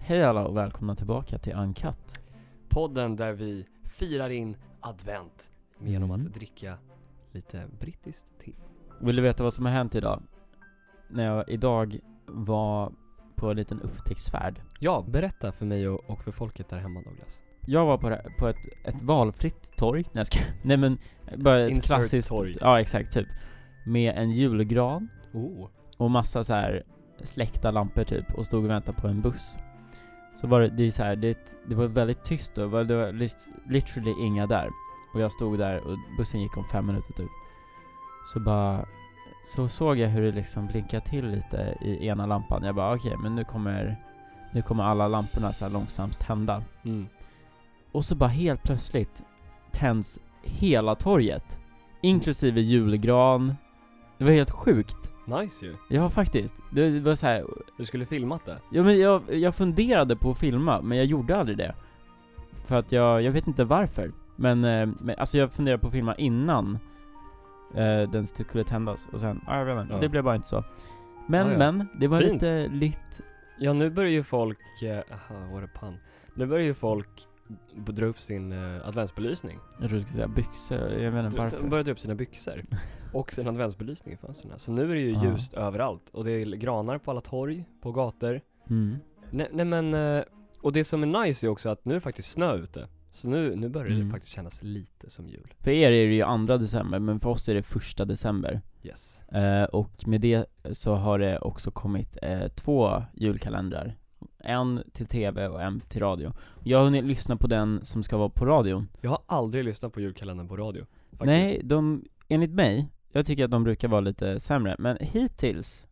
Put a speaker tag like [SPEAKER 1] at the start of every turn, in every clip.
[SPEAKER 1] Hej alla och välkomna tillbaka till Uncut.
[SPEAKER 2] Podden där vi firar in advent genom
[SPEAKER 1] Mm.
[SPEAKER 2] att dricka lite brittiskt te.
[SPEAKER 1] Vill du veta vad som har hänt idag? När jag idag var på en liten upptäcktsfärd.
[SPEAKER 2] Ja, berätta för mig och, och för folket där hemma Douglas.
[SPEAKER 1] Jag var på, det, på ett, ett valfritt torg, nej jag ska, nej men bara ett
[SPEAKER 2] Insert
[SPEAKER 1] klassiskt
[SPEAKER 2] torg.
[SPEAKER 1] Ja exakt, typ. Med en julgran
[SPEAKER 2] Oh.
[SPEAKER 1] och massa så här släckta lampor typ och stod och väntade på en buss. Så var det, det är så här, det, det var väldigt tyst då, det var, det var lit- literally inga där. Och jag stod där och bussen gick om fem minuter typ. Så bara, så såg jag hur det liksom blinkade till lite i ena lampan. Jag bara okej, men nu kommer, nu kommer alla lamporna så här långsamt tända.
[SPEAKER 2] Mm.
[SPEAKER 1] Och så bara helt plötsligt tänds hela torget. Inklusive julgran. Det var helt sjukt.
[SPEAKER 2] Nice ju.
[SPEAKER 1] Ja faktiskt. Det det var så här,
[SPEAKER 2] Du skulle filmat det.
[SPEAKER 1] Ja men jag, jag funderade på att filma, men jag gjorde aldrig det. För att jag, jag vet inte varför. Men, eh, men alltså jag funderade på att filma innan eh, den skulle tändas. Och sen, ah, jag vet inte,
[SPEAKER 2] Ja.
[SPEAKER 1] det blev bara inte så. Men
[SPEAKER 2] Ah, ja.
[SPEAKER 1] men, det var
[SPEAKER 2] Fint.
[SPEAKER 1] lite litt...
[SPEAKER 2] Ja, nu börjar ju folk, eh, aha, what a pan. Nu börjar ju folk b- dra upp sin eh, adventsbelysning.
[SPEAKER 1] Jag tror du skulle säga byxor, jag vet inte
[SPEAKER 2] Dra-
[SPEAKER 1] varför.
[SPEAKER 2] De börjar dra upp sina byxor och sin adventsbelysning i fönstren. Så nu är det ju
[SPEAKER 1] Ja.
[SPEAKER 2] ljust överallt och det är granar på alla torg, på gator.
[SPEAKER 1] Mm.
[SPEAKER 2] Nej, nej men, eh, och det som är nice är också att nu är det faktiskt snö ute. Så nu, nu börjar
[SPEAKER 1] Mm.
[SPEAKER 2] det faktiskt kännas lite som jul.
[SPEAKER 1] För er är det ju andra december, men för oss är det första december.
[SPEAKER 2] Yes.
[SPEAKER 1] Eh, och med det så har det också kommit eh, två julkalendrar. En till TV och en till radio. Jag har hunnit lyssna på den som ska vara på radion.
[SPEAKER 2] Jag har aldrig lyssnat på julkalendern på radio. Faktiskt.
[SPEAKER 1] Nej, de, enligt mig, jag tycker att de brukar vara lite sämre, men hittills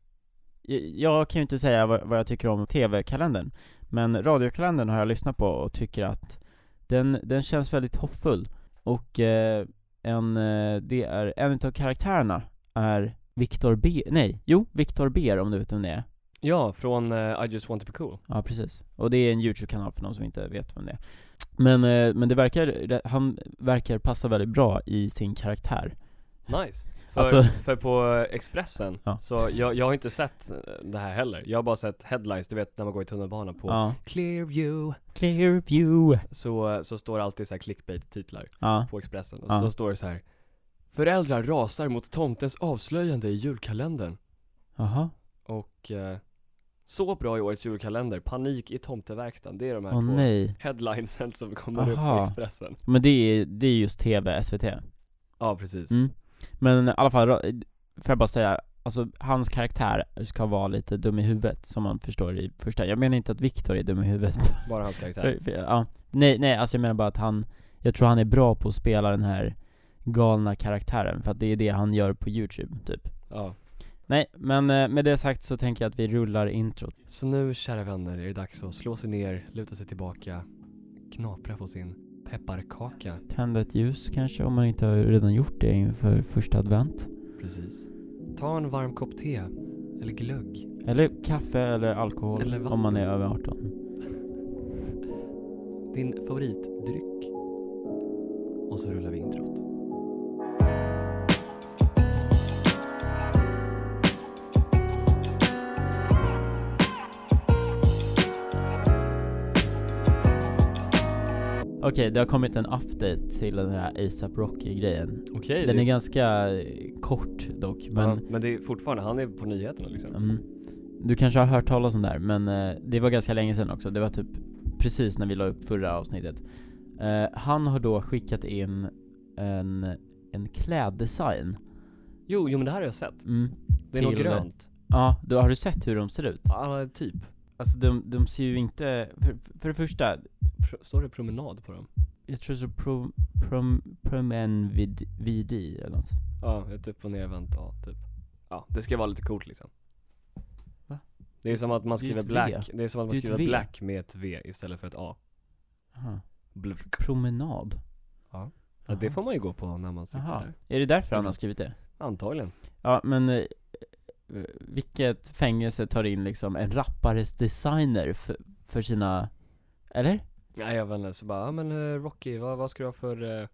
[SPEAKER 1] jag, jag kan ju inte säga vad, vad jag tycker om TV-kalendern, men radiokalendern har jag lyssnat på och tycker att den, den känns väldigt hoppfull. Och eh, en, eh, det är, en utav karaktärerna är Viktor B, nej, jo, Viktor B om du vet vem det är.
[SPEAKER 2] Ja, från eh, I just want to be cool.
[SPEAKER 1] Ja, precis. Och det är en YouTube-kanal för de som inte vet vem det är. Men, eh, men det verkar, han verkar passa väldigt bra i sin karaktär.
[SPEAKER 2] Nice. För,
[SPEAKER 1] Alltså-
[SPEAKER 2] för på eh, Expressen,
[SPEAKER 1] Ja.
[SPEAKER 2] så jag, jag har inte sett eh, det här heller. Jag har bara sett headlines, du vet när man går i tunnelbanan på
[SPEAKER 1] Ja.
[SPEAKER 2] Clearview.
[SPEAKER 1] Clear view.
[SPEAKER 2] Så, eh, så står det alltid så här clickbait-titlar
[SPEAKER 1] Ja.
[SPEAKER 2] på Expressen. Och
[SPEAKER 1] Ja.
[SPEAKER 2] då står det så här. Föräldrar rasar mot tomtens avslöjande i julkalendern.
[SPEAKER 1] Jaha.
[SPEAKER 2] Och eh, så bra i årets julkalender, panik i tomteverkstan. Det är de här
[SPEAKER 1] Åh
[SPEAKER 2] två
[SPEAKER 1] nej.
[SPEAKER 2] headlinesen som kommer upp
[SPEAKER 1] Aha.
[SPEAKER 2] på Expressen.
[SPEAKER 1] Men det är, det är just TV, SVT.
[SPEAKER 2] Ja, precis.
[SPEAKER 1] Mm. Men i alla fall, ra- får jag bara säga, alltså hans karaktär ska vara lite dum i huvudet som man förstår i första. Jag menar inte att Viktor är dum i huvudet.
[SPEAKER 2] Bara hans karaktär.
[SPEAKER 1] För, för, ja. Nej, nej, alltså jag menar bara att han, jag tror han är bra på att spela den här galna karaktären för att det är det han gör på youtube typ.
[SPEAKER 2] Ja.
[SPEAKER 1] Nej, men eh, med det sagt så tänker jag att vi rullar introt.
[SPEAKER 2] Så nu, kära vänner, är det dags att slå sig ner, luta sig tillbaka, knapra på sin pepparkaka.
[SPEAKER 1] Tända ett ljus kanske om man inte har redan gjort det inför första advent.
[SPEAKER 2] Precis. Ta en varm kopp te, eller glögg.
[SPEAKER 1] Eller kaffe eller alkohol
[SPEAKER 2] Eller vatten.
[SPEAKER 1] om man är över 18.
[SPEAKER 2] Din favoritdryck. Och så rullar vi introt.
[SPEAKER 1] Okej, det har kommit en update till den här ASAP Rocky-grejen.
[SPEAKER 2] Okej.
[SPEAKER 1] Den
[SPEAKER 2] det-
[SPEAKER 1] är ganska eh, kort dock,
[SPEAKER 2] ja,
[SPEAKER 1] men
[SPEAKER 2] men det är fortfarande, han är på nyheterna liksom.
[SPEAKER 1] mm, du kanske har hört talas om det här, men eh, det var ganska länge sedan också. Det var typ precis när vi la upp förra avsnittet. Eh, han har då skickat in en, en kläddesign.
[SPEAKER 2] Jo, jo men det här har jag sett.
[SPEAKER 1] Mm.
[SPEAKER 2] Det är något
[SPEAKER 1] Till-
[SPEAKER 2] grönt.
[SPEAKER 1] Ja, då har du sett hur de ser ut?
[SPEAKER 2] Ja, typ.
[SPEAKER 1] Alltså de, de ser ju inte, för, för det första,
[SPEAKER 2] Pro- Står det promenad på dem?
[SPEAKER 1] jag tror så pro, prom, promenvid, VD eller något.
[SPEAKER 2] Ja, ett upp och nervänt A typ. Ja, det ska vara lite coolt liksom.
[SPEAKER 1] Va?
[SPEAKER 2] Det är som att man
[SPEAKER 1] Det är ju
[SPEAKER 2] skriver
[SPEAKER 1] ett V.
[SPEAKER 2] black, det är som att
[SPEAKER 1] Det
[SPEAKER 2] man
[SPEAKER 1] är ju ett
[SPEAKER 2] skriver
[SPEAKER 1] V.
[SPEAKER 2] black med ett V istället för ett A.
[SPEAKER 1] Aha.
[SPEAKER 2] Blvk.
[SPEAKER 1] Promenad?
[SPEAKER 2] Ja. Ja, det
[SPEAKER 1] Aha.
[SPEAKER 2] får man ju gå på när man sitter
[SPEAKER 1] Aha.
[SPEAKER 2] där.
[SPEAKER 1] Är det därför
[SPEAKER 2] Mm.
[SPEAKER 1] han har skrivit det?
[SPEAKER 2] Antagligen.
[SPEAKER 1] Ja men, eh, eh, vilket fängelse tar in liksom en rappares designer för, för sina, eller?
[SPEAKER 2] Nej jag vet inte, så bara, ja men eh, Rocky, vad, vad ska du ha för eh,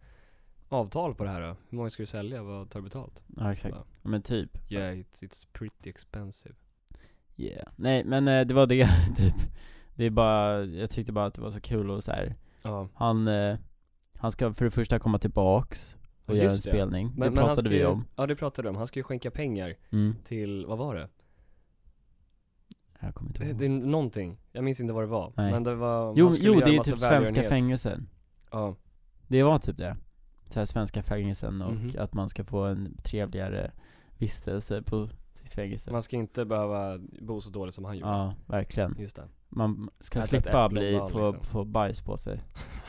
[SPEAKER 2] avtal på det här då? Hur många ska du sälja? Vad tar du betalt?
[SPEAKER 1] Ja exakt,
[SPEAKER 2] Ja.
[SPEAKER 1] ja, men typ
[SPEAKER 2] Yeah, it's, it's pretty expensive.
[SPEAKER 1] yeah. Nej men eh, det var det typ Det är bara, jag tyckte bara att det var så kul och så här.
[SPEAKER 2] Ja.
[SPEAKER 1] Han, eh, han ska för det första komma tillbaks och
[SPEAKER 2] Ja,
[SPEAKER 1] göra en
[SPEAKER 2] just det.
[SPEAKER 1] spelning.
[SPEAKER 2] Men-
[SPEAKER 1] det
[SPEAKER 2] men han
[SPEAKER 1] pratade
[SPEAKER 2] ska
[SPEAKER 1] vi
[SPEAKER 2] ju-
[SPEAKER 1] om.
[SPEAKER 2] Ja det pratade du om. Han ska ju skänka pengar
[SPEAKER 1] Mm.
[SPEAKER 2] till, vad var det?
[SPEAKER 1] Jag kommer inte
[SPEAKER 2] Det,
[SPEAKER 1] ihåg.
[SPEAKER 2] det är någonting. Jag minns inte vad det var.
[SPEAKER 1] Mm. Nej.
[SPEAKER 2] Men det var,
[SPEAKER 1] jo,
[SPEAKER 2] han skulle
[SPEAKER 1] jo
[SPEAKER 2] göra
[SPEAKER 1] det är
[SPEAKER 2] massa
[SPEAKER 1] typ svenska
[SPEAKER 2] välgörenhet.
[SPEAKER 1] fängelsen.
[SPEAKER 2] Ja.
[SPEAKER 1] Det var typ det. Så här svenska fängelsen och
[SPEAKER 2] Mhm.
[SPEAKER 1] att man ska få en trevligare vistelse på sitt fängelse.
[SPEAKER 2] Man ska inte behöva bo så dåligt som han gjorde.
[SPEAKER 1] Typ. Ja, verkligen.
[SPEAKER 2] Just det.
[SPEAKER 1] Man ska
[SPEAKER 2] Äta ett äpple
[SPEAKER 1] slippa
[SPEAKER 2] om
[SPEAKER 1] bli,
[SPEAKER 2] dagen,
[SPEAKER 1] få,
[SPEAKER 2] liksom.
[SPEAKER 1] få bajs på sig.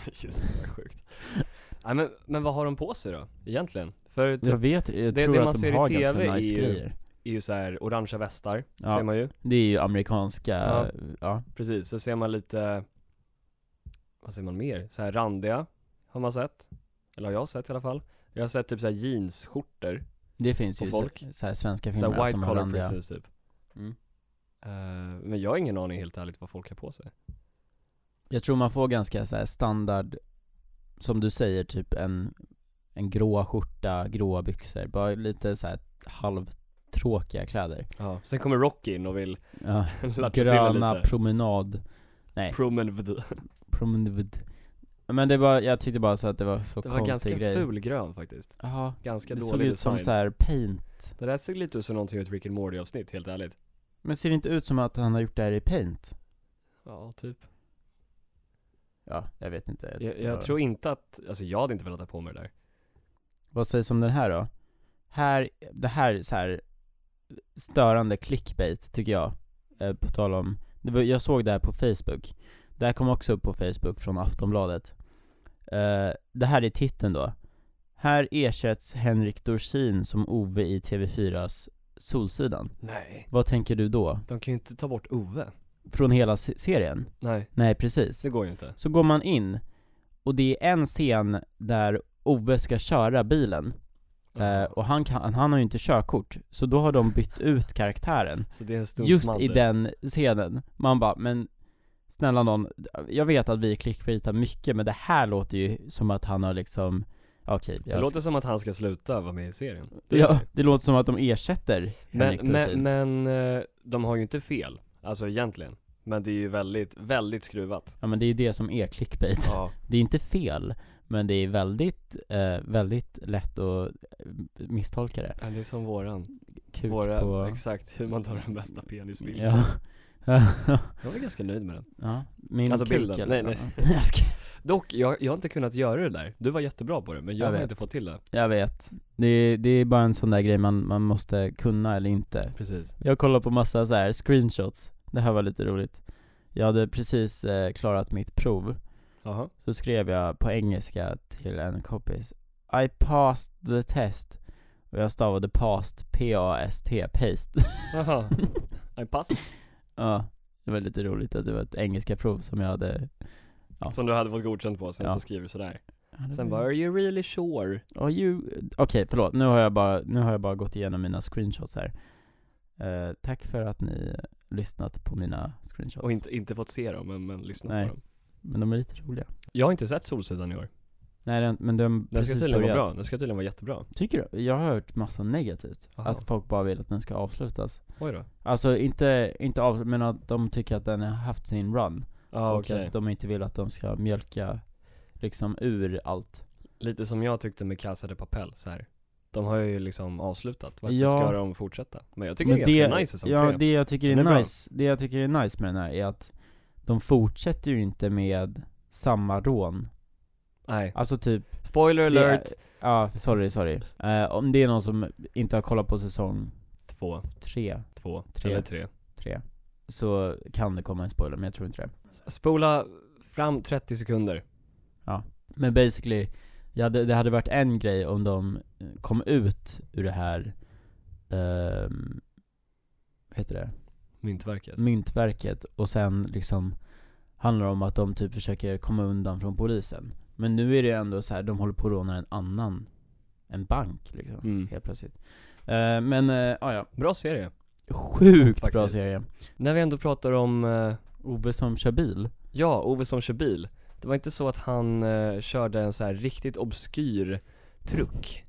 [SPEAKER 2] Just det, vad sjukt. Nej men, men vad har de på sig då? Egentligen? För
[SPEAKER 1] Jag
[SPEAKER 2] typ,
[SPEAKER 1] vet, jag
[SPEAKER 2] det
[SPEAKER 1] tror
[SPEAKER 2] man
[SPEAKER 1] att
[SPEAKER 2] ser
[SPEAKER 1] de
[SPEAKER 2] i
[SPEAKER 1] har
[SPEAKER 2] TV
[SPEAKER 1] ganska
[SPEAKER 2] är
[SPEAKER 1] nice
[SPEAKER 2] ju-
[SPEAKER 1] grejer.
[SPEAKER 2] är ju så här orangea västar,
[SPEAKER 1] Ja.
[SPEAKER 2] ser man ju.
[SPEAKER 1] Det är ju amerikanska,
[SPEAKER 2] Ja.
[SPEAKER 1] ja.
[SPEAKER 2] Precis, så ser man lite, vad ser man mer? Så här randiga, har man sett. Eller har jag sett i alla fall. Jag har sett typ så här jeansskjortor.
[SPEAKER 1] Det finns
[SPEAKER 2] På
[SPEAKER 1] ju
[SPEAKER 2] folk.
[SPEAKER 1] folk. Så, så här svenska
[SPEAKER 2] Så
[SPEAKER 1] filmer,
[SPEAKER 2] här
[SPEAKER 1] att
[SPEAKER 2] white
[SPEAKER 1] de har
[SPEAKER 2] collar
[SPEAKER 1] randiga.
[SPEAKER 2] precis typ.
[SPEAKER 1] Mm.
[SPEAKER 2] Eh, men jag har ingen aning helt ärligt vad folk har på sig.
[SPEAKER 1] Jag tror man får ganska så här standard, som du säger, typ en, en grå skjorta, gråa byxor. Bara lite så här halvtråkiga kläder.
[SPEAKER 2] Ja. Sen kommer Rocky in och vill
[SPEAKER 1] Ja.
[SPEAKER 2] latcha till det
[SPEAKER 1] Gröna
[SPEAKER 2] lite.
[SPEAKER 1] promenad,
[SPEAKER 2] Promenvd.
[SPEAKER 1] promenad. Men det var, jag tyckte bara så att det var så
[SPEAKER 2] Det var ganska
[SPEAKER 1] konstig grej.
[SPEAKER 2] fulgrön faktiskt.
[SPEAKER 1] Ja,
[SPEAKER 2] Ganska
[SPEAKER 1] det
[SPEAKER 2] dålig
[SPEAKER 1] såg ut som
[SPEAKER 2] design.
[SPEAKER 1] så här paint.
[SPEAKER 2] Det där ser lite ut som någonting ur ett Rick and Morty avsnitt, helt ärligt.
[SPEAKER 1] Men ser det inte ut som att han har gjort det här i paint?
[SPEAKER 2] Ja, typ.
[SPEAKER 1] Ja, jag vet inte. Jag
[SPEAKER 2] Jag,
[SPEAKER 1] tyckte
[SPEAKER 2] jag
[SPEAKER 1] bara-
[SPEAKER 2] tror inte att, alltså jag hade inte velat ha på mig det där.
[SPEAKER 1] Vad sägs om den här då? Här, det här är så här störande clickbait tycker jag, eh, på tal om, det var, jag såg det här på Facebook. Det här kom också upp på Facebook från Aftonbladet. Eh, det här är titeln då. Här ersätts Henrik Dorsin som Ove i TV4s Solsidan.
[SPEAKER 2] Nej.
[SPEAKER 1] Vad tänker du då?
[SPEAKER 2] De kan ju inte ta bort Ove.
[SPEAKER 1] Från hela se- serien?
[SPEAKER 2] Nej,
[SPEAKER 1] Nej, precis.
[SPEAKER 2] det går ju inte.
[SPEAKER 1] Så går man in, och det är en scen där Ove ska köra bilen. Eh,
[SPEAKER 2] Mm.
[SPEAKER 1] och han, kan, han har ju inte körkort, så då har de bytt ut karaktären.
[SPEAKER 2] Så det är en stor
[SPEAKER 1] Just i den scenen. Man bara, men snälla någon, jag vet att vi clickbaitar mycket, men det här låter ju som att han har liksom, okej.
[SPEAKER 2] Det
[SPEAKER 1] jag-
[SPEAKER 2] låter som att han ska sluta vara med i serien. Det gör
[SPEAKER 1] ja,
[SPEAKER 2] det.
[SPEAKER 1] det låter som att de ersätter
[SPEAKER 2] Men,
[SPEAKER 1] Henrik
[SPEAKER 2] men,
[SPEAKER 1] Dorsin.
[SPEAKER 2] men eh, de har ju inte fel. Alltså egentligen. Men det är ju väldigt, väldigt skruvat.
[SPEAKER 1] Ja men det är ju det som är clickbait.
[SPEAKER 2] Ja.
[SPEAKER 1] Det är inte fel, men det är väldigt, eh, väldigt lätt att eh, misstolka det.
[SPEAKER 2] Det är som våran.
[SPEAKER 1] Kuk
[SPEAKER 2] Våra,
[SPEAKER 1] på...
[SPEAKER 2] exakt, hur man tar den bästa penisbilden.
[SPEAKER 1] Ja.
[SPEAKER 2] Jag är ganska nöjd med den.
[SPEAKER 1] ja. Min
[SPEAKER 2] Alltså
[SPEAKER 1] kuk
[SPEAKER 2] bilden.
[SPEAKER 1] eller-
[SPEAKER 2] Nej,
[SPEAKER 1] Ja. Jag ska-
[SPEAKER 2] Dock, jag, jag har inte kunnat göra det där. Du var jättebra på det, men jag,
[SPEAKER 1] Jag
[SPEAKER 2] har
[SPEAKER 1] vet.
[SPEAKER 2] inte fått till det.
[SPEAKER 1] Jag vet. Det är, det är bara en sån där grej man, man måste kunna eller inte.
[SPEAKER 2] Precis.
[SPEAKER 1] Jag kollar på massa så här screenshots. Det här var lite roligt. Jag hade precis eh, klarat mitt prov.
[SPEAKER 2] Jaha.
[SPEAKER 1] Så skrev jag på engelska till en kompis I passed the test. Och jag stavade past, P-A-S-T, paste.
[SPEAKER 2] Jaha. I passed.
[SPEAKER 1] ja, det var lite roligt att det var ett engelska prov som jag hade. Ja.
[SPEAKER 2] Som du hade fått godkänt på, sen
[SPEAKER 1] Ja. Mm.
[SPEAKER 2] så skriver du sådär. Sen bara, are you really sure?
[SPEAKER 1] Are you... Okej, förlåt. Nu har, jag bara, nu har jag bara gått igenom mina screenshots här. Eh, tack för att ni lyssnat på mina screenshots.
[SPEAKER 2] Och inte, inte fått se dem, men, men lyssna
[SPEAKER 1] Nej.
[SPEAKER 2] på dem.
[SPEAKER 1] Men de är lite roliga.
[SPEAKER 2] Jag har inte sett Solsidan i år.
[SPEAKER 1] Nej, den, men de
[SPEAKER 2] Den ska
[SPEAKER 1] precis
[SPEAKER 2] tydligen vara
[SPEAKER 1] börjat.
[SPEAKER 2] bra. Den ska tydligen vara jättebra.
[SPEAKER 1] Tycker du? Jag har hört massa negativt.
[SPEAKER 2] Aha.
[SPEAKER 1] Att folk bara vill att den ska avslutas.
[SPEAKER 2] Oj då.
[SPEAKER 1] Alltså inte, inte avslutas, men att de tycker att den har haft sin run.
[SPEAKER 2] Ja,
[SPEAKER 1] och
[SPEAKER 2] okej.
[SPEAKER 1] att de inte vill att de ska mjölka liksom ur allt.
[SPEAKER 2] Lite som jag tyckte med Casa de Papel så här. De har ju liksom avslutat. Varför
[SPEAKER 1] Ja.
[SPEAKER 2] ska de fortsätta? Men jag tycker
[SPEAKER 1] Men
[SPEAKER 2] det är ganska nice säsong
[SPEAKER 1] ja,
[SPEAKER 2] tre.
[SPEAKER 1] det jag tycker är,
[SPEAKER 2] Den är bra.
[SPEAKER 1] nice, det jag tycker är nice med den här är att de fortsätter ju inte med samma rån.
[SPEAKER 2] Nej.
[SPEAKER 1] Alltså typ...
[SPEAKER 2] Spoiler
[SPEAKER 1] det är-
[SPEAKER 2] alert.
[SPEAKER 1] Ja, sorry, sorry. Eh, om det är någon som inte har kollat på säsong
[SPEAKER 2] Två.
[SPEAKER 1] tre,
[SPEAKER 2] Två.
[SPEAKER 1] Tre.
[SPEAKER 2] Eller tre.
[SPEAKER 1] tre, så kan det komma en spoiler, men jag tror inte det.
[SPEAKER 2] S- Spola fram 30 sekunder.
[SPEAKER 1] Men basically, jag hade, det hade varit en grej om de eh, kom ut ur det här, ehm, vad heter det?
[SPEAKER 2] Myntverket.
[SPEAKER 1] Alltså. myntverket och sen liksom handlar det om att de typ försöker komma undan från polisen. Men nu är det ju ändå så här, de håller på att råna en annan, en bank liksom,
[SPEAKER 2] Mm.
[SPEAKER 1] helt plötsligt. Eh, men, uh, ah, ja,
[SPEAKER 2] Bra serie.
[SPEAKER 1] sjukt bra
[SPEAKER 2] Faktiskt.
[SPEAKER 1] serie.
[SPEAKER 2] När vi ändå pratar om, eh,
[SPEAKER 1] Ove som kör bil.
[SPEAKER 2] ja, Ove som kör bil. Det var inte så att han eh, körde en så här riktigt obskyr truck.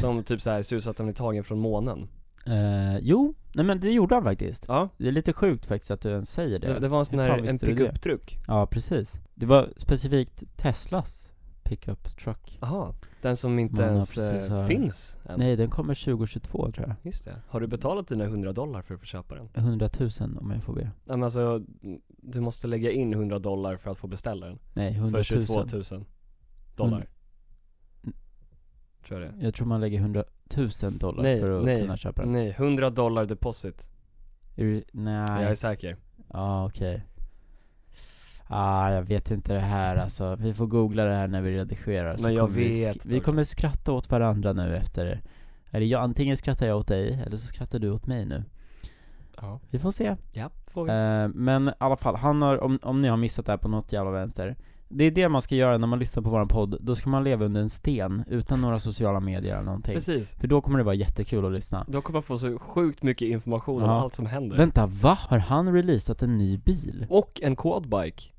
[SPEAKER 2] Som typ så här ser ut så att den är tagen från månen.
[SPEAKER 1] Eh, jo, Nej men det gjorde han faktiskt.
[SPEAKER 2] Ja,
[SPEAKER 1] Det är lite sjukt faktiskt att du ens säger det.
[SPEAKER 2] det, det var en sån
[SPEAKER 1] Hur fan
[SPEAKER 2] här, en
[SPEAKER 1] visste du det?
[SPEAKER 2] pickup-truck.
[SPEAKER 1] Ja, precis. Det var specifikt Teslas pickup truck.
[SPEAKER 2] Jaha, den som inte
[SPEAKER 1] Man har
[SPEAKER 2] ens
[SPEAKER 1] precis
[SPEAKER 2] eh,
[SPEAKER 1] har-
[SPEAKER 2] finns än.
[SPEAKER 1] Nej, den kommer 2022 tror jag.
[SPEAKER 2] Just det. Har du betalat dina 100 dollar för att få köpa den?
[SPEAKER 1] 100 000 om jag får be.
[SPEAKER 2] Nej men alltså, du måste lägga in 100 dollar för att få beställa den.
[SPEAKER 1] Nej, 100
[SPEAKER 2] För
[SPEAKER 1] 000.
[SPEAKER 2] 22 000 dollar.
[SPEAKER 1] Hund-
[SPEAKER 2] Tror jag det är.
[SPEAKER 1] Jag tror man lägger 100 000 dollar
[SPEAKER 2] Nej,
[SPEAKER 1] för att
[SPEAKER 2] nej,
[SPEAKER 1] kunna köpa den.
[SPEAKER 2] Nej, 100 dollar deposit.
[SPEAKER 1] Är du- Nej.
[SPEAKER 2] Jag är
[SPEAKER 1] Ja,
[SPEAKER 2] säker.
[SPEAKER 1] ah, okej. Ah, jag vet inte det här alltså. Vi får googla det här när vi redigerar. så
[SPEAKER 2] Men jag
[SPEAKER 1] kommer vi,
[SPEAKER 2] vet,
[SPEAKER 1] sk- vi
[SPEAKER 2] Douglas.
[SPEAKER 1] kommer skratta åt varandra nu efter. Eller jag, antingen skrattar jag åt dig, eller så skrattar du åt mig nu.
[SPEAKER 2] Ja.
[SPEAKER 1] Vi får se.
[SPEAKER 2] Ja, får vi.
[SPEAKER 1] Eh, men i alla fall, han har, om, om ni har missat det här på något jävla vänster Det är det man ska göra när man lyssnar på våran podd, då ska man leva under en sten utan några sociala medier eller någonting
[SPEAKER 2] Precis.
[SPEAKER 1] För då kommer det vara jättekul att lyssna
[SPEAKER 2] Då kommer man få så sjukt mycket information om
[SPEAKER 1] Ja.
[SPEAKER 2] allt som händer.
[SPEAKER 1] Vänta, va? Har han releasat en ny bil?
[SPEAKER 2] Och en quadbike.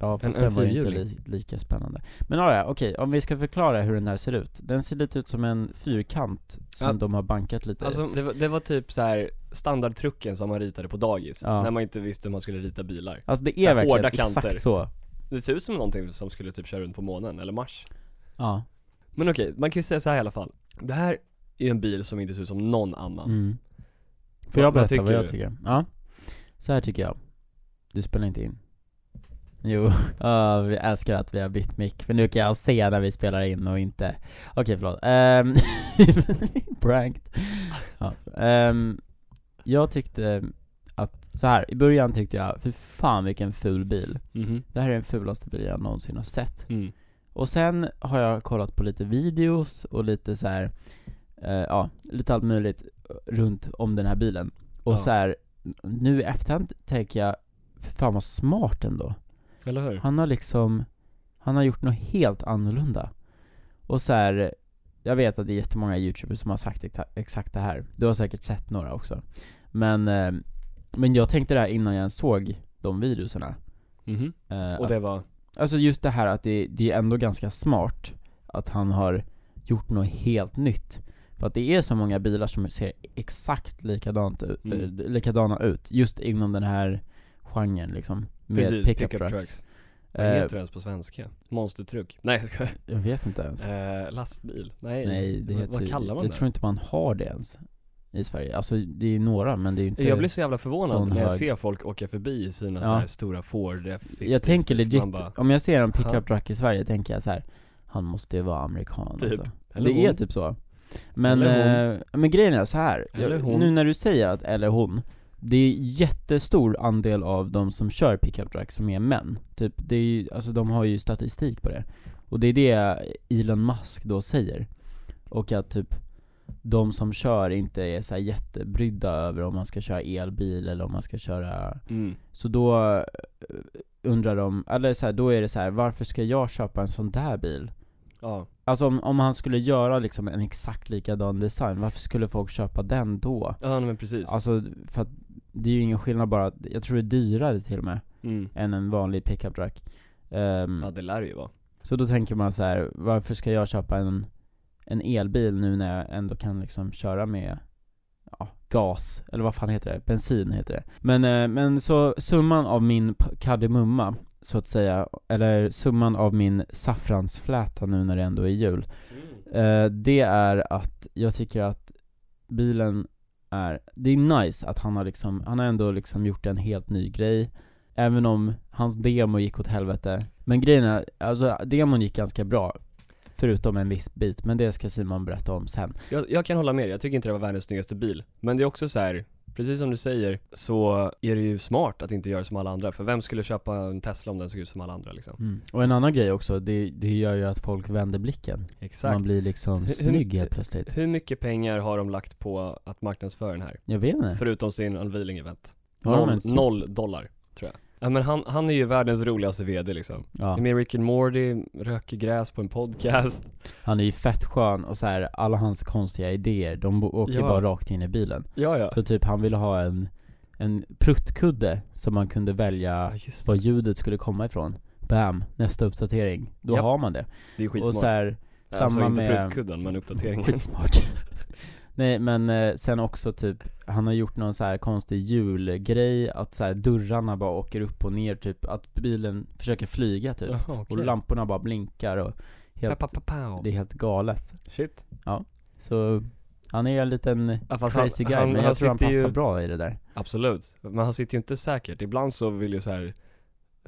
[SPEAKER 1] Ja fast
[SPEAKER 2] en
[SPEAKER 1] den var ju inte
[SPEAKER 2] fyrhjuling.
[SPEAKER 1] li, lika spännande Men ja, ja, okej, om vi ska förklara hur den här ser ut Den ser lite ut som en fyrkant som
[SPEAKER 2] Ja.
[SPEAKER 1] de har bankat lite i.
[SPEAKER 2] Alltså det var, det var typ så här standardtrucken som man ritade på dagis.
[SPEAKER 1] Ja.
[SPEAKER 2] När man inte visste hur man skulle rita bilar.
[SPEAKER 1] Alltså det
[SPEAKER 2] så
[SPEAKER 1] är
[SPEAKER 2] här
[SPEAKER 1] verkligen
[SPEAKER 2] hårda kanter.
[SPEAKER 1] exakt så
[SPEAKER 2] Det ser ut som någonting som skulle typ köra runt på månen eller Mars.
[SPEAKER 1] Ja,
[SPEAKER 2] Men okej, man kan ju säga så här i alla fall. Det här är ju en bil som inte ser ut som någon annan.
[SPEAKER 1] mm Får
[SPEAKER 2] Vad-
[SPEAKER 1] jag
[SPEAKER 2] vad
[SPEAKER 1] berätta
[SPEAKER 2] tycker
[SPEAKER 1] vad, jag
[SPEAKER 2] du?
[SPEAKER 1] tycker? Ja. Så här tycker jag. Du spelar inte in. Jo, ah, vi älskar att vi har bytt mick, för nu kan jag se när vi spelar in och inte. Okej, förlåt. Um, pranked. Ja. ehm, jag tyckte att, så här, i början tyckte jag, för fan vilken ful bil.
[SPEAKER 2] Mhm.
[SPEAKER 1] Det här är den fulaste bil jag någonsin har sett.
[SPEAKER 2] Mm.
[SPEAKER 1] Och sen har jag kollat på lite videos och lite så här, eh, ja, lite allt möjligt runt om den här bilen. Och
[SPEAKER 2] Ja.
[SPEAKER 1] så här, nu i efterhand tänker jag, för fan vad smart ändå.
[SPEAKER 2] Mm. Eller hur?
[SPEAKER 1] Han har liksom, han har gjort något helt annorlunda. Och så här, jag vet att det är jättemånga youtubers som har sagt exa- exakt det här. Du har säkert sett några också. Men, eh, men jag tänkte det här innan jag ens såg de videoserna.
[SPEAKER 2] Mhm.
[SPEAKER 1] Eh,
[SPEAKER 2] Och det var,
[SPEAKER 1] Alltså just det här att det, det är ändå ganska smart att han har gjort något helt nytt. För att det är så många bilar som ser exakt likadant, ut-
[SPEAKER 2] Mm.
[SPEAKER 1] eh, likadana ut, just inom den här genren liksom. Med
[SPEAKER 2] precis,
[SPEAKER 1] pickup, trucks.
[SPEAKER 2] Vad
[SPEAKER 1] Eh,
[SPEAKER 2] heter det ens på svenska? Monstertruck? Nej jag skojar.
[SPEAKER 1] jag vet inte ens.
[SPEAKER 2] eh, Lastbil? Nej,
[SPEAKER 1] Nej, det
[SPEAKER 2] vad,
[SPEAKER 1] heter,
[SPEAKER 2] vad kallar man
[SPEAKER 1] Jag
[SPEAKER 2] det?
[SPEAKER 1] tror inte man har det ens i Sverige. Alltså det är ju några men det är ju inte...
[SPEAKER 2] Jag blir så jävla förvånad
[SPEAKER 1] sån
[SPEAKER 2] när jag
[SPEAKER 1] hög.
[SPEAKER 2] ser folk åka förbi i sina
[SPEAKER 1] Ja.
[SPEAKER 2] så här stora Ford F50
[SPEAKER 1] jag tänker
[SPEAKER 2] liksom. Man
[SPEAKER 1] legit,
[SPEAKER 2] bara,
[SPEAKER 1] om jag ser en
[SPEAKER 2] "Ha?"
[SPEAKER 1] pickup truck i Sverige tänker jag så här. han måste ju vara amerikan
[SPEAKER 2] Typ.
[SPEAKER 1] alltså.
[SPEAKER 2] eller
[SPEAKER 1] det är
[SPEAKER 2] hon.
[SPEAKER 1] typ så. Men,
[SPEAKER 2] Eller
[SPEAKER 1] eh, men grejen är så här.
[SPEAKER 2] Eller
[SPEAKER 1] Jag-
[SPEAKER 2] hon.
[SPEAKER 1] nu när du säger att eller hon, det är jättestor andel av de som kör pickup truck som är män. Typ, det är ju, alltså de har ju statistik på det. Och det är det Elon Musk då säger. Och att typ de som kör inte är så här jättebrydda över om man ska köra elbil eller om man ska köra
[SPEAKER 2] Mm.
[SPEAKER 1] så då eh, undrar de, eller så här, då är det så här, varför ska jag köpa en sån där bil?
[SPEAKER 2] Ja,
[SPEAKER 1] Alltså om, om han skulle göra liksom en exakt likadan design, varför skulle folk köpa den då?
[SPEAKER 2] ja men precis.
[SPEAKER 1] Alltså, för att det är ju ingen skillnad bara, jag tror det är dyrare till och med,
[SPEAKER 2] Mm.
[SPEAKER 1] än en vanlig pickup truck Ehm,
[SPEAKER 2] Ja det lär det ju vara.
[SPEAKER 1] Så då tänker man så här, varför ska jag köpa en, en elbil nu när jag ändå kan liksom köra med ja, gas, eller vad fan heter det? Bensin heter det. Men, eh, men så summan av min p- kardemumma, så att säga, eller summan av min saffransfläta nu när det ändå är jul, Eh, det är att jag tycker att bilen är, det är nice att han har liksom, han har ändå liksom gjort en helt ny grej Även om hans demo gick åt helvete Men grejen är, alltså demon gick ganska bra Förutom en viss bit, men det ska Simon berätta om sen
[SPEAKER 2] Jag, jag kan hålla med dig. jag tycker inte det var världens snyggaste bil. Men det är också så här. Precis som du säger så är det ju smart att inte göra som alla andra, för vem skulle köpa en Tesla om den såg ut som alla andra liksom?
[SPEAKER 1] Och en annan grej också, det, det gör ju att folk vänder blicken Man
[SPEAKER 2] Exakt.
[SPEAKER 1] blir liksom
[SPEAKER 2] Hur- hur
[SPEAKER 1] snygg helt
[SPEAKER 2] mycket-
[SPEAKER 1] plötsligt
[SPEAKER 2] Hur mycket pengar har de lagt på att marknadsföra den här?
[SPEAKER 1] Jag vet inte,
[SPEAKER 2] Förutom sin unveiling event.
[SPEAKER 1] Har de
[SPEAKER 2] Noll,
[SPEAKER 1] ens-
[SPEAKER 2] noll dollar, tror jag. Ja men han, han är ju världens roligaste VD liksom.
[SPEAKER 1] ja.
[SPEAKER 2] Är med i Rick and Morty, röker gräs på en podcast.
[SPEAKER 1] Han är ju fett skön och så här, alla hans konstiga idéer, de bo- åker ju
[SPEAKER 2] Ja.
[SPEAKER 1] bara rakt in i bilen
[SPEAKER 2] Ja ja.
[SPEAKER 1] Så typ han ville ha en, en pruttkudde som man kunde välja
[SPEAKER 2] Ja, just
[SPEAKER 1] var
[SPEAKER 2] det.
[SPEAKER 1] ljudet skulle komma ifrån. Bam, nästa uppdatering. Då
[SPEAKER 2] Japp.
[SPEAKER 1] har man det.
[SPEAKER 2] Det är
[SPEAKER 1] Och
[SPEAKER 2] skitsmart.
[SPEAKER 1] så här,
[SPEAKER 2] alltså
[SPEAKER 1] samma
[SPEAKER 2] inte
[SPEAKER 1] med-
[SPEAKER 2] prutkudden men uppdateringen.
[SPEAKER 1] skitsmart. Nej men eh, sen också typ, han har gjort någon så här konstig julgrej, att så här dörrarna bara åker upp och ner typ, att bilen försöker flyga typ.
[SPEAKER 2] Jaha,
[SPEAKER 1] Och
[SPEAKER 2] okej.
[SPEAKER 1] lamporna bara blinkar och helt,
[SPEAKER 2] Pa, pa, pa,
[SPEAKER 1] det
[SPEAKER 2] pa.
[SPEAKER 1] är helt galet.
[SPEAKER 2] Shit.
[SPEAKER 1] Så han är en liten
[SPEAKER 2] Ja, fast
[SPEAKER 1] crazy guy, men jag tror han
[SPEAKER 2] sitter
[SPEAKER 1] passar
[SPEAKER 2] ju-
[SPEAKER 1] bra i det där.
[SPEAKER 2] Absolut, men han sitter ju inte säkert. Ibland så vill ju så här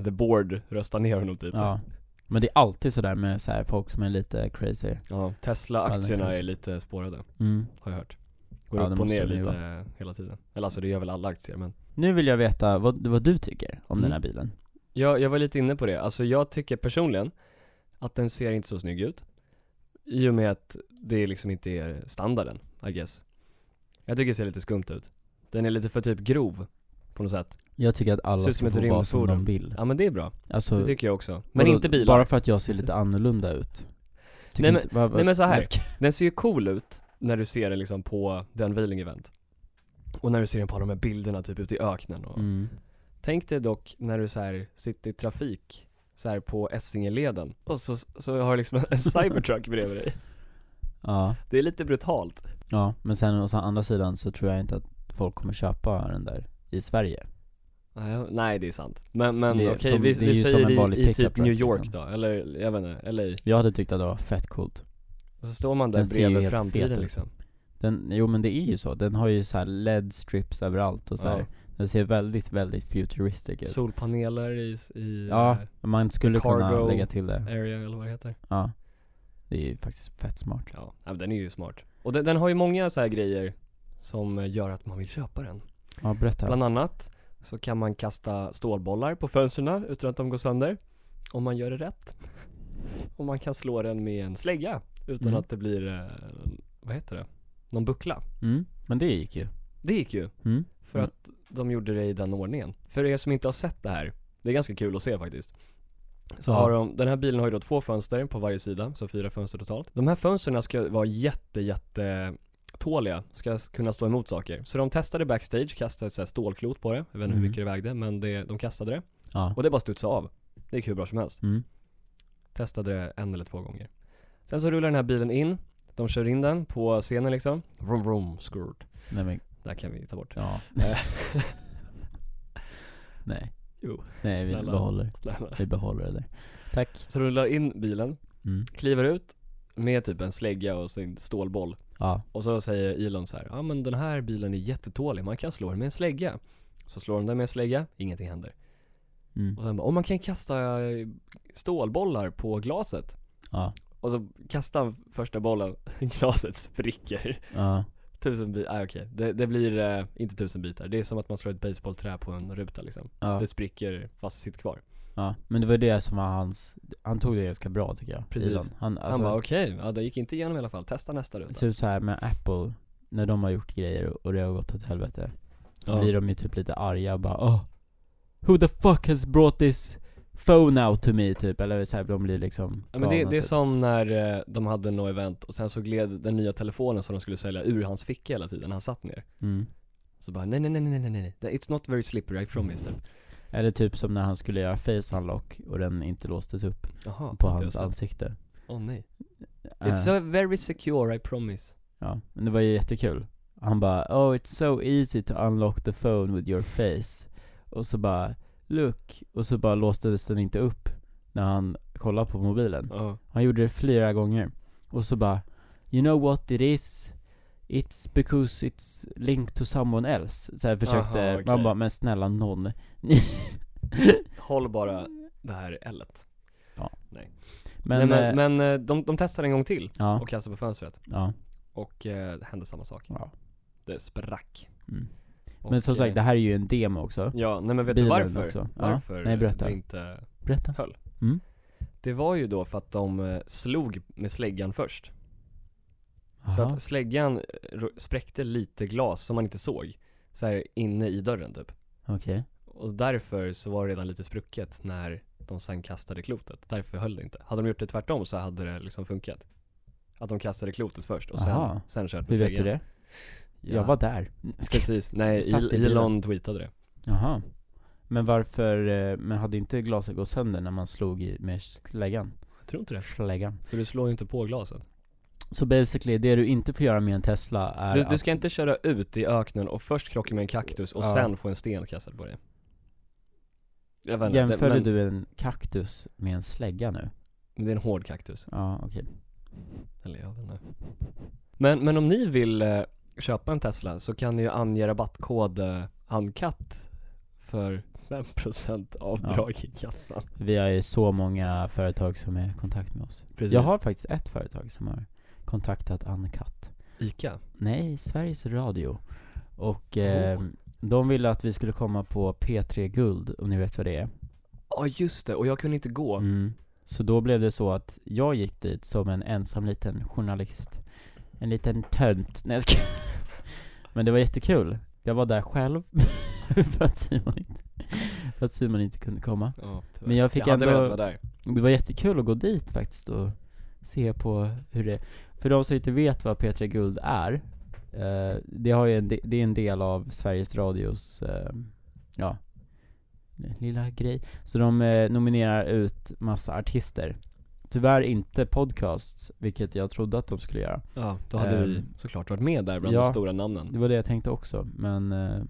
[SPEAKER 2] the board rösta ner honom typ.
[SPEAKER 1] Ja. Men det är alltid sådär med så här folk som är lite crazy.
[SPEAKER 2] Ja, Tesla-aktierna
[SPEAKER 1] Alldeles.
[SPEAKER 2] är lite spårade,
[SPEAKER 1] Mm.
[SPEAKER 2] har jag hört. Går
[SPEAKER 1] Ja, det
[SPEAKER 2] upp och
[SPEAKER 1] måste
[SPEAKER 2] ner
[SPEAKER 1] de ju
[SPEAKER 2] lite hela tiden. Eller alltså det gör väl alla aktier men.
[SPEAKER 1] Nu vill jag veta vad, vad du tycker om den här
[SPEAKER 2] Mm.
[SPEAKER 1] bilen.
[SPEAKER 2] Jag, jag var lite inne på det, alltså jag tycker personligen att den ser inte så snygg ut. I och med att det liksom inte är standarden, I guess. Jag tycker det ser lite skumt ut. Den är lite för typ grov, på något sätt.
[SPEAKER 1] Jag tycker att alla
[SPEAKER 2] Ser ut som
[SPEAKER 1] ska
[SPEAKER 2] ett
[SPEAKER 1] få vara som de
[SPEAKER 2] rymdfordon.
[SPEAKER 1] vill.
[SPEAKER 2] Ja men det är bra,
[SPEAKER 1] Alltså,
[SPEAKER 2] det tycker jag också. Men
[SPEAKER 1] vadå,
[SPEAKER 2] inte bilar.
[SPEAKER 1] Bara för att jag ser lite annorlunda ut. Tycker
[SPEAKER 2] Nej, men-
[SPEAKER 1] inte- vad- vad-
[SPEAKER 2] nej, men så här.
[SPEAKER 1] jag ska-
[SPEAKER 2] Den ser ju cool ut när du ser den liksom på den wheeling event. Och när du ser den på de här bilderna typ ute i öknen och...
[SPEAKER 1] Mm.
[SPEAKER 2] Tänk dig dock när du så här sitter i trafik så här på Essingeleden och så, så har du liksom en cybertruck bredvid dig.
[SPEAKER 1] Ja,
[SPEAKER 2] Det är lite brutalt.
[SPEAKER 1] ja, men sen å andra sidan så tror jag inte att folk kommer köpa den där i Sverige.
[SPEAKER 2] Nej, Nej det är sant. Men, men
[SPEAKER 1] Det är
[SPEAKER 2] okej
[SPEAKER 1] som-
[SPEAKER 2] vi,
[SPEAKER 1] det är ju
[SPEAKER 2] vi
[SPEAKER 1] som en
[SPEAKER 2] säger
[SPEAKER 1] vanlig
[SPEAKER 2] i, i
[SPEAKER 1] pickup
[SPEAKER 2] typ
[SPEAKER 1] truck,
[SPEAKER 2] New York
[SPEAKER 1] liksom.
[SPEAKER 2] då, eller jag vet inte, LA.
[SPEAKER 1] Jag hade tyckt att det var fett coolt.
[SPEAKER 2] Och så står man där
[SPEAKER 1] Den ser ju
[SPEAKER 2] bredvid
[SPEAKER 1] helt fet
[SPEAKER 2] framtiden
[SPEAKER 1] ut.
[SPEAKER 2] liksom.
[SPEAKER 1] Den, jo men det är ju så, den har ju så här LED strips överallt och så här.
[SPEAKER 2] Ja.
[SPEAKER 1] Den ser väldigt, väldigt futuristic ut.
[SPEAKER 2] Solpaneler i, i
[SPEAKER 1] Ja,
[SPEAKER 2] eh,
[SPEAKER 1] man skulle kunna
[SPEAKER 2] cargo-
[SPEAKER 1] lägga till det.
[SPEAKER 2] area eller vad det heter.
[SPEAKER 1] Ja. Det är ju faktiskt fett smart.
[SPEAKER 2] Ja, nej, men den är ju smart. Och den, den har ju många så här grejer som gör att man vill köpa den.
[SPEAKER 1] Ja, berätta.
[SPEAKER 2] Bland annat så kan man kasta stålbollar på fönstren utan att de går sönder. Om man gör det rätt. Och man kan slå den med en slägga utan
[SPEAKER 1] Mm.
[SPEAKER 2] att det blir, eh, vad heter det? Någon buckla.
[SPEAKER 1] Mm, men det gick ju.
[SPEAKER 2] Det gick ju.
[SPEAKER 1] Mm.
[SPEAKER 2] För
[SPEAKER 1] Mm.
[SPEAKER 2] att de gjorde det i den ordningen. För er som inte har sett det här, det är ganska kul att se faktiskt. Så
[SPEAKER 1] Ja.
[SPEAKER 2] har de, den här bilen har ju då två fönster på varje sida, så fyra fönster totalt. De här fönstren ska vara jätte, jätte tåliga, ska s- kunna stå emot saker. Så de testade backstage, kastade ett så här stålklot på det, jag vet inte hur
[SPEAKER 1] Mm.
[SPEAKER 2] mycket det vägde, men det, de kastade det.
[SPEAKER 1] Ja.
[SPEAKER 2] Och det bara studsade av. Det gick hur bra som helst.
[SPEAKER 1] Mm.
[SPEAKER 2] Testade det en eller två gånger. Sen så rullar den här bilen in, de kör in den på scenen liksom. Vroom vroom, skrrt.
[SPEAKER 1] Nej men,
[SPEAKER 2] Där kan vi ta bort.
[SPEAKER 1] ja. Nej.
[SPEAKER 2] Jo,
[SPEAKER 1] Nej, vi
[SPEAKER 2] snälla.
[SPEAKER 1] behåller.
[SPEAKER 2] Snälla.
[SPEAKER 1] Vi behåller det där. Tack.
[SPEAKER 2] Så rullar in bilen,
[SPEAKER 1] Mm.
[SPEAKER 2] kliver ut med typ en slägga och sin stålboll.
[SPEAKER 1] Ja.
[SPEAKER 2] Och så säger Elon så här, ja ah, men den här bilen är jättetålig, man kan slå den med en slägga. Så slår de den med en slägga, ingenting händer.
[SPEAKER 1] Mm.
[SPEAKER 2] Och sen bara, om man kan kasta eh, stålbollar på glaset.
[SPEAKER 1] Ja.
[SPEAKER 2] Och så kastar han första bollen, glaset spricker.
[SPEAKER 1] Ja.
[SPEAKER 2] Tusen bitar, ah, okej. Det, det blir eh, inte tusen bitar, det är som att man slår ett baseballträ på en ruta liksom.
[SPEAKER 1] Ja.
[SPEAKER 2] Det spricker fast det sitter kvar.
[SPEAKER 1] ja. Men det var det som var hans, han tog det ganska bra tycker jag.
[SPEAKER 2] Precis.
[SPEAKER 1] Elon. Han, alltså,
[SPEAKER 2] han bara okej, ja det gick inte igenom i alla fall, testa nästa
[SPEAKER 1] det
[SPEAKER 2] ruta.
[SPEAKER 1] ser ut så här med Apple, när de har gjort grejer och- och det har gått åt helvete. Då
[SPEAKER 2] Ja.
[SPEAKER 1] blir de ju typ lite arga och bara oh, Who the fuck has brought this phone out to me typ? Eller så här, de blir liksom
[SPEAKER 2] Ja, men det,
[SPEAKER 1] galna,
[SPEAKER 2] det är
[SPEAKER 1] typ.
[SPEAKER 2] som när eh, de hade något event och sen så gled den nya telefonen som de skulle sälja ur hans ficka hela tiden, han satt ner.
[SPEAKER 1] mm.
[SPEAKER 2] Så bara nej nej nej nej nej nej, nej, it's not very slippery I promise typ.
[SPEAKER 1] Eller typ som när han skulle göra face unlock och den inte låstes upp
[SPEAKER 2] Jaha,
[SPEAKER 1] på
[SPEAKER 2] tänkte jag
[SPEAKER 1] hans
[SPEAKER 2] så.
[SPEAKER 1] ansikte.
[SPEAKER 2] Åh nej.
[SPEAKER 1] Eh,
[SPEAKER 2] It's so very secure I promise.
[SPEAKER 1] ja, men det var ju jättekul. Han bara oh it's so easy to unlock the phone with your face. Och så bara look, och så bara låstes den inte upp när han kollade på mobilen.
[SPEAKER 2] Ja.
[SPEAKER 1] Han gjorde det flera gånger. Och så bara You know what it is? It's because it's linked to someone else. Så här försökte,
[SPEAKER 2] Aha, okej.
[SPEAKER 1] man bara men snälla någon.
[SPEAKER 2] Håll bara det här l
[SPEAKER 1] Men,
[SPEAKER 2] Men, nej,
[SPEAKER 1] eh,
[SPEAKER 2] men, men eh, de, de testade en gång till
[SPEAKER 1] ja,
[SPEAKER 2] och kastade på fönstret
[SPEAKER 1] ja,
[SPEAKER 2] och eh, det hände samma sak.
[SPEAKER 1] ja.
[SPEAKER 2] Det sprack.
[SPEAKER 1] Mm.
[SPEAKER 2] Och,
[SPEAKER 1] Men som sagt, det
[SPEAKER 2] eh,
[SPEAKER 1] här är ju en demo också.
[SPEAKER 2] Ja, nej men vet du
[SPEAKER 1] bilen
[SPEAKER 2] varför?
[SPEAKER 1] också. Ja.
[SPEAKER 2] Varför
[SPEAKER 1] Nej, berätta.
[SPEAKER 2] det inte
[SPEAKER 1] Berätta.
[SPEAKER 2] höll?
[SPEAKER 1] Mm.
[SPEAKER 2] Det var ju då för att de eh, slog med släggan först. Så
[SPEAKER 1] Aha.
[SPEAKER 2] att släggan eh, ro- spräckte lite glas som man inte såg, så här inne i dörren typ.
[SPEAKER 1] Okej.
[SPEAKER 2] Och därför så var det redan lite sprucket när de sen kastade klotet. Därför höll det inte. Hade de gjort det tvärtom så hade det liksom funkat. Att de kastade klotet först och sen,
[SPEAKER 1] Aha.
[SPEAKER 2] sen körde med
[SPEAKER 1] Hur vet
[SPEAKER 2] släggan.
[SPEAKER 1] du det?
[SPEAKER 2] Ja, Mm,
[SPEAKER 1] Jag var där.
[SPEAKER 2] Precis, nej
[SPEAKER 1] Satt i
[SPEAKER 2] Il-
[SPEAKER 1] bilen.
[SPEAKER 2] Elon tweetade det.
[SPEAKER 1] Jaha. Men varför, eh, men hade inte glaset gått sönder när man slog i med släggan?
[SPEAKER 2] Jag tror inte det.
[SPEAKER 1] Släggan.
[SPEAKER 2] För du slår ju inte på glaset.
[SPEAKER 1] Så basically, det du inte får göra med en Tesla är
[SPEAKER 2] Du, du ska
[SPEAKER 1] att-
[SPEAKER 2] inte köra ut i öknen och först krocka med en kaktus och
[SPEAKER 1] Ja.
[SPEAKER 2] sen få en sten kastad på dig. Jag vet inte, det-
[SPEAKER 1] Jämförde
[SPEAKER 2] men,
[SPEAKER 1] du en kaktus med en slägga nu?
[SPEAKER 2] men det är en hård kaktus.
[SPEAKER 1] Ja, okej.
[SPEAKER 2] Eller jag vet inte. Men, men om ni vill eh, köpa en Tesla så kan ni ju ange rabattkod eh, ANKATT för 5% avdrag i kassan.
[SPEAKER 1] Vi har ju så många företag som är i kontakt med oss.
[SPEAKER 2] Precis.
[SPEAKER 1] Jag har faktiskt ett företag som har kontaktat Uncut.
[SPEAKER 2] ICA.
[SPEAKER 1] Nej, Sveriges Radio. Och eh, de ville att vi skulle komma på P3 Guld, om ni vet vad det är.
[SPEAKER 2] Ja just det, och jag kunde inte gå.
[SPEAKER 1] Mm. Så då blev det så att jag gick dit som en ensam liten journalist. En liten tönt. Nej jag skojar. Men det var jättekul. Jag var där själv för, att Simon inte, för att Simon inte kunde komma.
[SPEAKER 2] Ja, tyvärr.
[SPEAKER 1] Men jag fick
[SPEAKER 2] jag hade
[SPEAKER 1] ändå-
[SPEAKER 2] velat vara där.
[SPEAKER 1] Det var jättekul att gå dit faktiskt och se på hur det För de som inte vet vad P3 Guld är, eh, det, har ju en de, det är en del av Sveriges Radios, eh, ja, lilla grej. Så de eh, nominerar ut massa artister. Tyvärr inte podcasts, vilket jag trodde att de skulle göra.
[SPEAKER 2] Ja, då hade vi
[SPEAKER 1] Ehm,
[SPEAKER 2] såklart varit med där bland
[SPEAKER 1] ja.
[SPEAKER 2] de stora namnen.
[SPEAKER 1] Det var det jag tänkte också, men eh,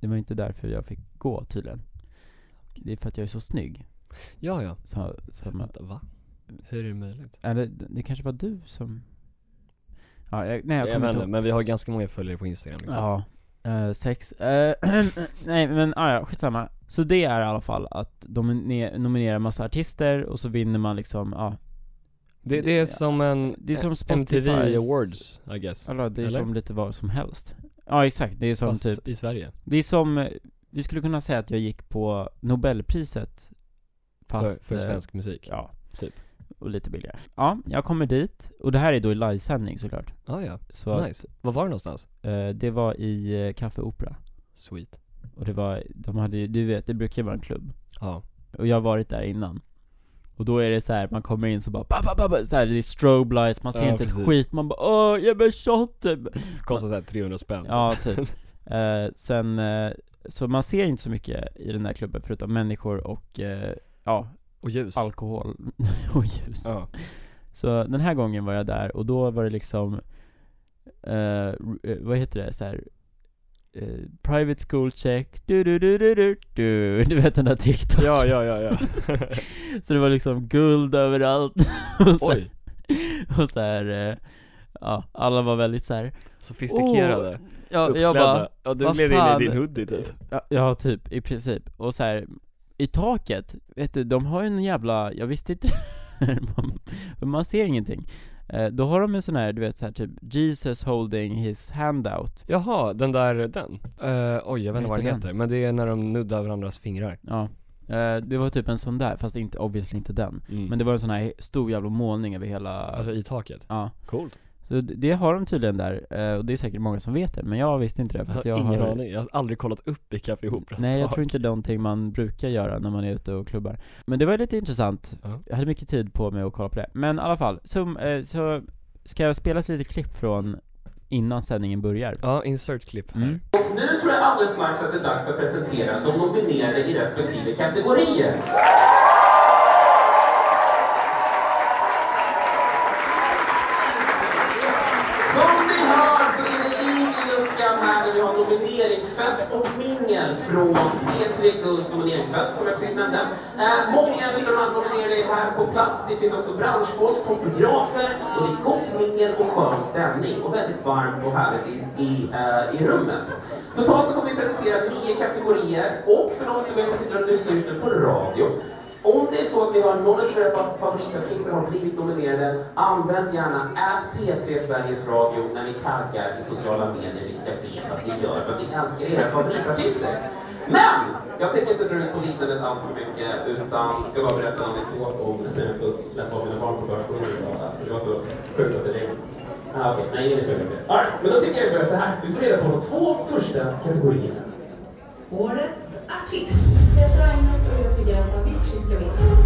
[SPEAKER 1] det var inte därför jag fick gå tydligen. Det är för att jag är så snygg.
[SPEAKER 2] Ja, ja.
[SPEAKER 1] Så, så man,
[SPEAKER 2] Vänta, va? Hur är det möjligt?
[SPEAKER 1] Eller det det kanske var du som... Ja, jag, nej jag
[SPEAKER 2] Jag
[SPEAKER 1] kommer
[SPEAKER 2] vet
[SPEAKER 1] inte
[SPEAKER 2] inte,
[SPEAKER 1] ihåg.
[SPEAKER 2] men vi har ganska många följare på Instagram liksom.
[SPEAKER 1] Ja. Eh, sex. Eh, nej men ah, ja, skitsamma. Så det är i alla fall att de ne- nominerar massa artister och så vinner man liksom, ja.
[SPEAKER 2] Det, det är som en
[SPEAKER 1] Det är som
[SPEAKER 2] MTV
[SPEAKER 1] Spotifys-
[SPEAKER 2] Awards, I guess.
[SPEAKER 1] Eller det är
[SPEAKER 2] Eller?
[SPEAKER 1] som lite vad som helst. Ja exakt, det är som
[SPEAKER 2] Fast
[SPEAKER 1] typ,
[SPEAKER 2] i Sverige.
[SPEAKER 1] det är som, eh, vi skulle kunna säga att jag gick på Nobelpriset.
[SPEAKER 2] För, för
[SPEAKER 1] eh,
[SPEAKER 2] svensk musik.
[SPEAKER 1] Ja.
[SPEAKER 2] typ.
[SPEAKER 1] Och lite billigare. Ja, jag kommer dit. Och det här är då i livesändning såklart.
[SPEAKER 2] Ah, ja,
[SPEAKER 1] Så att,
[SPEAKER 2] nice. Var var det någonstans?
[SPEAKER 1] eh, det var i eh, Café Opera.
[SPEAKER 2] Sweet.
[SPEAKER 1] Och det var, de hade ju- du vet, det brukar ju vara en klubb.
[SPEAKER 2] Ja.
[SPEAKER 1] Och jag har varit där innan. Och då är det så här, man kommer in så bara ba, ba, ba, ba, så här, det är strobe lights, man ser
[SPEAKER 2] Ja,
[SPEAKER 1] inte
[SPEAKER 2] precis.
[SPEAKER 1] ett skit, man bara åh, jag blir shot typ.
[SPEAKER 2] Kostar såhär 300 spänn.
[SPEAKER 1] Ja, typ. Eh, sen, eh, så man ser inte så mycket i den där klubben förutom människor och, eh, ja,
[SPEAKER 2] Och ljus.
[SPEAKER 1] alkohol och ljus.
[SPEAKER 2] Ja.
[SPEAKER 1] Så den här gången var jag där och då var det liksom, eh, r- eh, vad heter det, så här. eh, private school check, du du du du du du Du vet den där TikTok
[SPEAKER 2] ja, ja, ja, ja.
[SPEAKER 1] Så det var liksom guld överallt och så,
[SPEAKER 2] Oj,
[SPEAKER 1] och så här, eh, ja, alla var väldigt så här.
[SPEAKER 2] sofistikerade.
[SPEAKER 1] Ja, jag
[SPEAKER 2] uppklädda.
[SPEAKER 1] bara,
[SPEAKER 2] ja, du
[SPEAKER 1] vad
[SPEAKER 2] gled in i
[SPEAKER 1] fan?
[SPEAKER 2] din hoodie typ.
[SPEAKER 1] ja, ja typ, i princip, och så här i taket, vet du, de har ju en jävla, jag visste inte man, man ser ingenting Eh, Då har de en sån här, du vet så här typ Jesus holding his hand out
[SPEAKER 2] Jaha, den där, den? Eh, oj, jag vet inte vad den
[SPEAKER 1] heter
[SPEAKER 2] heter,
[SPEAKER 1] den?
[SPEAKER 2] men det är när de nuddar varandras fingrar.
[SPEAKER 1] Ja, Eh, det var typ en sån där, fast inte, obviously inte den Men det var en sån här stor jävla målning över hela,
[SPEAKER 2] Mm. Alltså i taket.
[SPEAKER 1] ja
[SPEAKER 2] Coolt.
[SPEAKER 1] Så det- det har de tydligen där, eh, och det är säkert många som vet det, men jag visste inte det
[SPEAKER 2] Jag
[SPEAKER 1] för att
[SPEAKER 2] har
[SPEAKER 1] jag
[SPEAKER 2] ingen
[SPEAKER 1] har
[SPEAKER 2] aning, jag har aldrig kollat upp i Café Operas
[SPEAKER 1] Nej jag
[SPEAKER 2] tak.
[SPEAKER 1] tror inte det är någonting man brukar göra när man är ute och klubbar Men det var lite intressant,
[SPEAKER 2] Ja.
[SPEAKER 1] jag hade mycket tid på mig att kolla på det Men i alla fall, så, eh, så ska jag spela ett litet klipp från innan sändningen börjar
[SPEAKER 2] Ja, insert klipp här.
[SPEAKER 1] Mm.
[SPEAKER 3] Och nu tror jag alldeles strax att det är dags att presentera de nominerade i respektive kategorier. Som ni hör så är det liv i luckan här när vi har nomineringsfest och mingel från P3 Gulds nomineringsfest som jag precis nämnde. Eh, många utav de här nominerade är här på plats. Det finns också branschfolk, fotografer och det är gott mingel och skön stämning och väldigt varmt och härligt i, i, eh, i rummet. Totalt så kommer vi presentera nio kategorier och för de utav er som sitter och lyssnar just nu på radio om det är så att ni har någon av era favoritartister har blivit nominerade, använd gärna at P3 Sveriges Radio när ni taggar i sociala medier, vilket jag vet att ni gör för att ni älskar era favoritartister. Men! Jag tänker inte dra ut på liknandet allt för mycket, utan ska bara berätta en anekdot om när jag fick släppa av mina barn på förskolan idag. Alltså, det var så sjukt att det regnade. Ah, Okej, nej, ingen är sugen på det. All right, men då tycker jag vi börjar så här. Vi får reda på de två första kategorierna.
[SPEAKER 4] Årets artist.
[SPEAKER 5] Jag heter Agnes och jag tycker att Avicii ska vinna.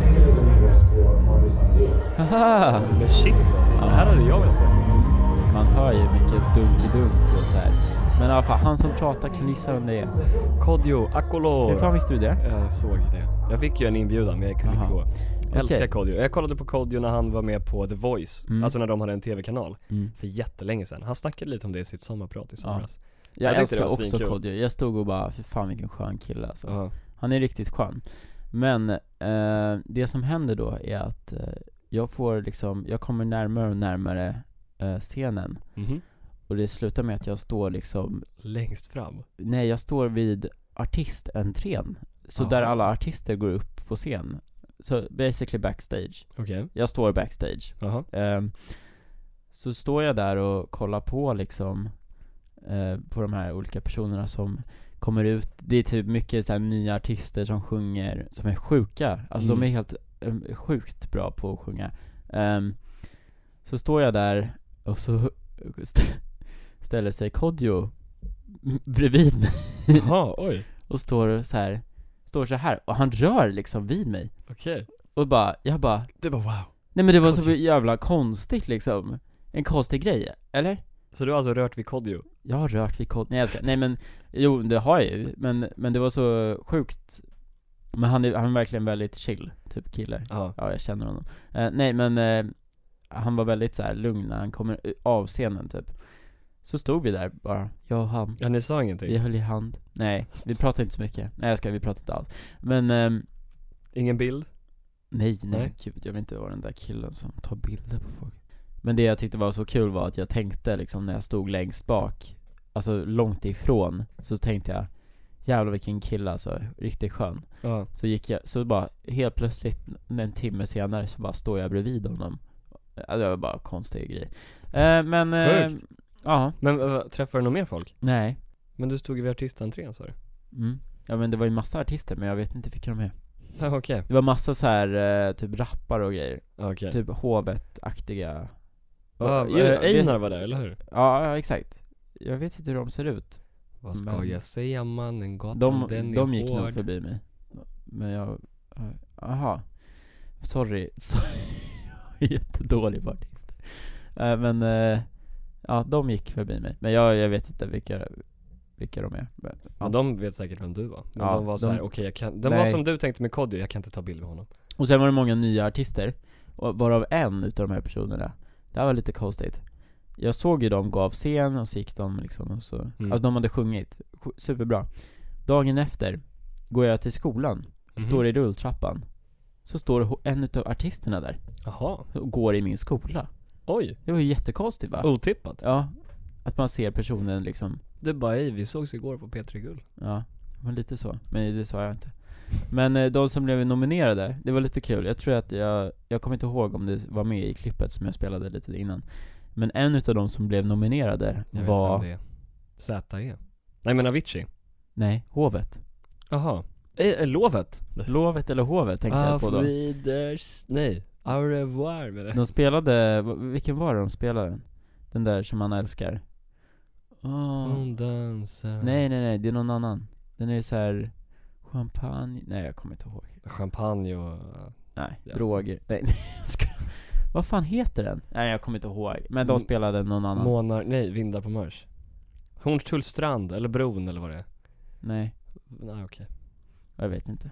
[SPEAKER 6] tänker lägga min röst på Molly Sandén.
[SPEAKER 1] Haha!
[SPEAKER 2] Men shit, det här hade jag velat vara med
[SPEAKER 1] Man hör ju mycket dunk i dunk och så här. Men Men i alla fall, han som pratar kan gissa vem det är.
[SPEAKER 2] Kodjo Akolo.
[SPEAKER 1] Hur fan visste du det?
[SPEAKER 2] Jag såg det. Jag fick ju en inbjudan men jag kunde
[SPEAKER 1] Aha.
[SPEAKER 2] inte gå. Jag
[SPEAKER 1] Okej.
[SPEAKER 2] älskar Kodjo. Jag kollade på Kodjo när han var med på The Voice,
[SPEAKER 1] Mm.
[SPEAKER 2] alltså när de hade en tv-kanal.
[SPEAKER 1] Mm.
[SPEAKER 2] För jättelänge sedan. Han snackade lite om det i sitt sommarprat i somras.
[SPEAKER 1] Jag,
[SPEAKER 2] Jag tyckte det
[SPEAKER 1] älskar
[SPEAKER 2] var
[SPEAKER 1] också
[SPEAKER 2] svinkul.
[SPEAKER 1] Kodjo, jag stod och bara för fan vilken skön kille alltså.
[SPEAKER 2] Ja.
[SPEAKER 1] Han är riktigt skön. Men eh, det som händer då är att eh, jag får liksom, jag kommer närmare och närmare eh, scenen.
[SPEAKER 2] Mhm.
[SPEAKER 1] Och det slutar med att jag står liksom,
[SPEAKER 2] Längst fram.
[SPEAKER 1] nej jag står vid artistentrén. Så
[SPEAKER 2] Aha.
[SPEAKER 1] där alla artister går upp på scen. Så basically backstage.
[SPEAKER 2] Okej.
[SPEAKER 1] Jag står backstage.
[SPEAKER 2] Jaha.
[SPEAKER 1] Ehm, så står jag där och kollar på liksom eh, på de här olika personerna som kommer ut. Det är typ mycket så här nya artister som sjunger, som är sjuka. Alltså
[SPEAKER 2] Mm.
[SPEAKER 1] de är helt eh, sjukt bra på att sjunga. Ehm, så står jag där och så st- ställer sig Kodjo bredvid mig
[SPEAKER 2] Jaha, oj.
[SPEAKER 1] och står så här, står så här och han rör liksom vid mig.
[SPEAKER 2] Okej.
[SPEAKER 1] Och bara, jag bara
[SPEAKER 2] Det var wow.
[SPEAKER 1] Nej men det var så
[SPEAKER 2] Konstigt.
[SPEAKER 1] jävla konstigt liksom En konstig grej, eller?
[SPEAKER 2] Så du har alltså rört vid Kodjo?
[SPEAKER 1] Jag har rört vid kod, nej jag ska, nej men Jo det har jag ju, men, men det var så sjukt Men han är, han är verkligen väldigt chill, typ kille
[SPEAKER 2] Ja.
[SPEAKER 1] Ja jag känner honom eh, Nej men eh, Han var väldigt så här lugn när han kommer av scenen typ Så stod vi där bara, jag och han
[SPEAKER 2] Ja, ni sa ingenting?
[SPEAKER 1] Vi höll i hand Nej, vi pratade inte så mycket Nej jag ska vi pratade inte alls Men ehm,
[SPEAKER 2] Ingen bild?
[SPEAKER 1] Nej, nej,
[SPEAKER 2] Nej.
[SPEAKER 1] nej. gud, jag vill inte vara den där killen som tar bilder på folk Men det jag tyckte var så kul var att jag tänkte liksom när jag stod längst bak Alltså långt ifrån, så tänkte jag Jävlar vilken kille alltså, riktigt skön
[SPEAKER 2] Ja.
[SPEAKER 1] Så gick jag, så bara helt plötsligt n- en timme senare så bara står jag bredvid honom Ja, Det var bara en konstig grej eh, Men, eh,
[SPEAKER 2] Sjukt.
[SPEAKER 1] ja,
[SPEAKER 2] Men eh, träffade du någon mer folk?
[SPEAKER 1] nej
[SPEAKER 2] Men du stod ju vid artistentrén sa du?
[SPEAKER 1] mm. Ja men det var ju massa artister men jag vet inte vilka de är
[SPEAKER 2] Ja, Okej.
[SPEAKER 1] Det var massa så här eh, typ rappare och grejer
[SPEAKER 2] Ja, Okej.
[SPEAKER 1] Typ hovet-aktiga
[SPEAKER 2] Ja,
[SPEAKER 1] Ja,
[SPEAKER 2] eh,
[SPEAKER 1] jag vet-
[SPEAKER 2] Einar var där, eller hur?
[SPEAKER 1] Ja, ja, exakt. Jag vet inte hur de ser ut.
[SPEAKER 2] Vad ska
[SPEAKER 1] Men-
[SPEAKER 2] jag säga mannen, gatan
[SPEAKER 1] De,
[SPEAKER 2] den
[SPEAKER 1] de
[SPEAKER 2] är
[SPEAKER 1] gick
[SPEAKER 2] hård.
[SPEAKER 1] nog förbi mig. Men jag, aha. Sorry, sorry. Jag är jättedålig på artister. Eh, Men, eh, ja de gick förbi mig. Men jag, jag vet inte vilka, vilka de är. Men,
[SPEAKER 2] Men de vet säkert vem du var. Men
[SPEAKER 1] Ja,
[SPEAKER 2] de var såhär,
[SPEAKER 1] de-
[SPEAKER 2] okej jag kan, de var
[SPEAKER 1] Nej.
[SPEAKER 2] som du tänkte med Kodjo, jag kan inte ta bild med honom.
[SPEAKER 1] Och sen var det många nya artister. Och varav en utav de här personerna, det här var lite konstigt. Jag såg ju dem gå av scen och så gick de liksom och så, alltså de hade sjungit, Sj- superbra. Dagen efter, går jag till skolan
[SPEAKER 2] Mhm.
[SPEAKER 1] står i rulltrappan Så står ho- en utav artisterna där
[SPEAKER 2] Jaha,
[SPEAKER 1] och går i min skola
[SPEAKER 2] oj,
[SPEAKER 1] Det var ju jättekonstigt
[SPEAKER 2] Oh.
[SPEAKER 1] va?
[SPEAKER 2] otippat.
[SPEAKER 1] Ja, att man ser personen liksom
[SPEAKER 2] Du bara, "Ey, vi sågs igår på P3 Guld.
[SPEAKER 1] Ja, men lite så, men det sa jag inte Men eh, de som blev nominerade, det var lite kul Jag tror att jag, jag kommer inte ihåg om det var med i klippet som jag spelade lite innan Men en utav de som blev nominerade
[SPEAKER 2] Jag
[SPEAKER 1] var,
[SPEAKER 2] vet vem det är. E. Z.E. Nej men Avicii.
[SPEAKER 1] nej, Hovet
[SPEAKER 2] Jaha. Eh, eh, Lovet.
[SPEAKER 1] Lovet eller Hovet tänkte jag på
[SPEAKER 2] Auf
[SPEAKER 1] då
[SPEAKER 2] Widers- Nej, au revoir med det.
[SPEAKER 1] De spelade, v- vilken var det de spelade? Den där som man älskar Åh.
[SPEAKER 2] Hon dansar.
[SPEAKER 1] Nej nej nej, det är någon annan. Den är så här champagne, nej jag kommer inte ihåg.
[SPEAKER 2] Champagne och...
[SPEAKER 1] Nej,
[SPEAKER 2] Ja.
[SPEAKER 1] droger. Nej, jag skojar. Vad fan heter den? Nej jag kommer inte ihåg. Men de
[SPEAKER 2] Mm.
[SPEAKER 1] spelade någon annan.
[SPEAKER 2] Månar, nej, vindar på Mars. Hornstull strand, eller bron eller vad det är.
[SPEAKER 1] nej,
[SPEAKER 2] Nej okej.
[SPEAKER 1] jag vet inte.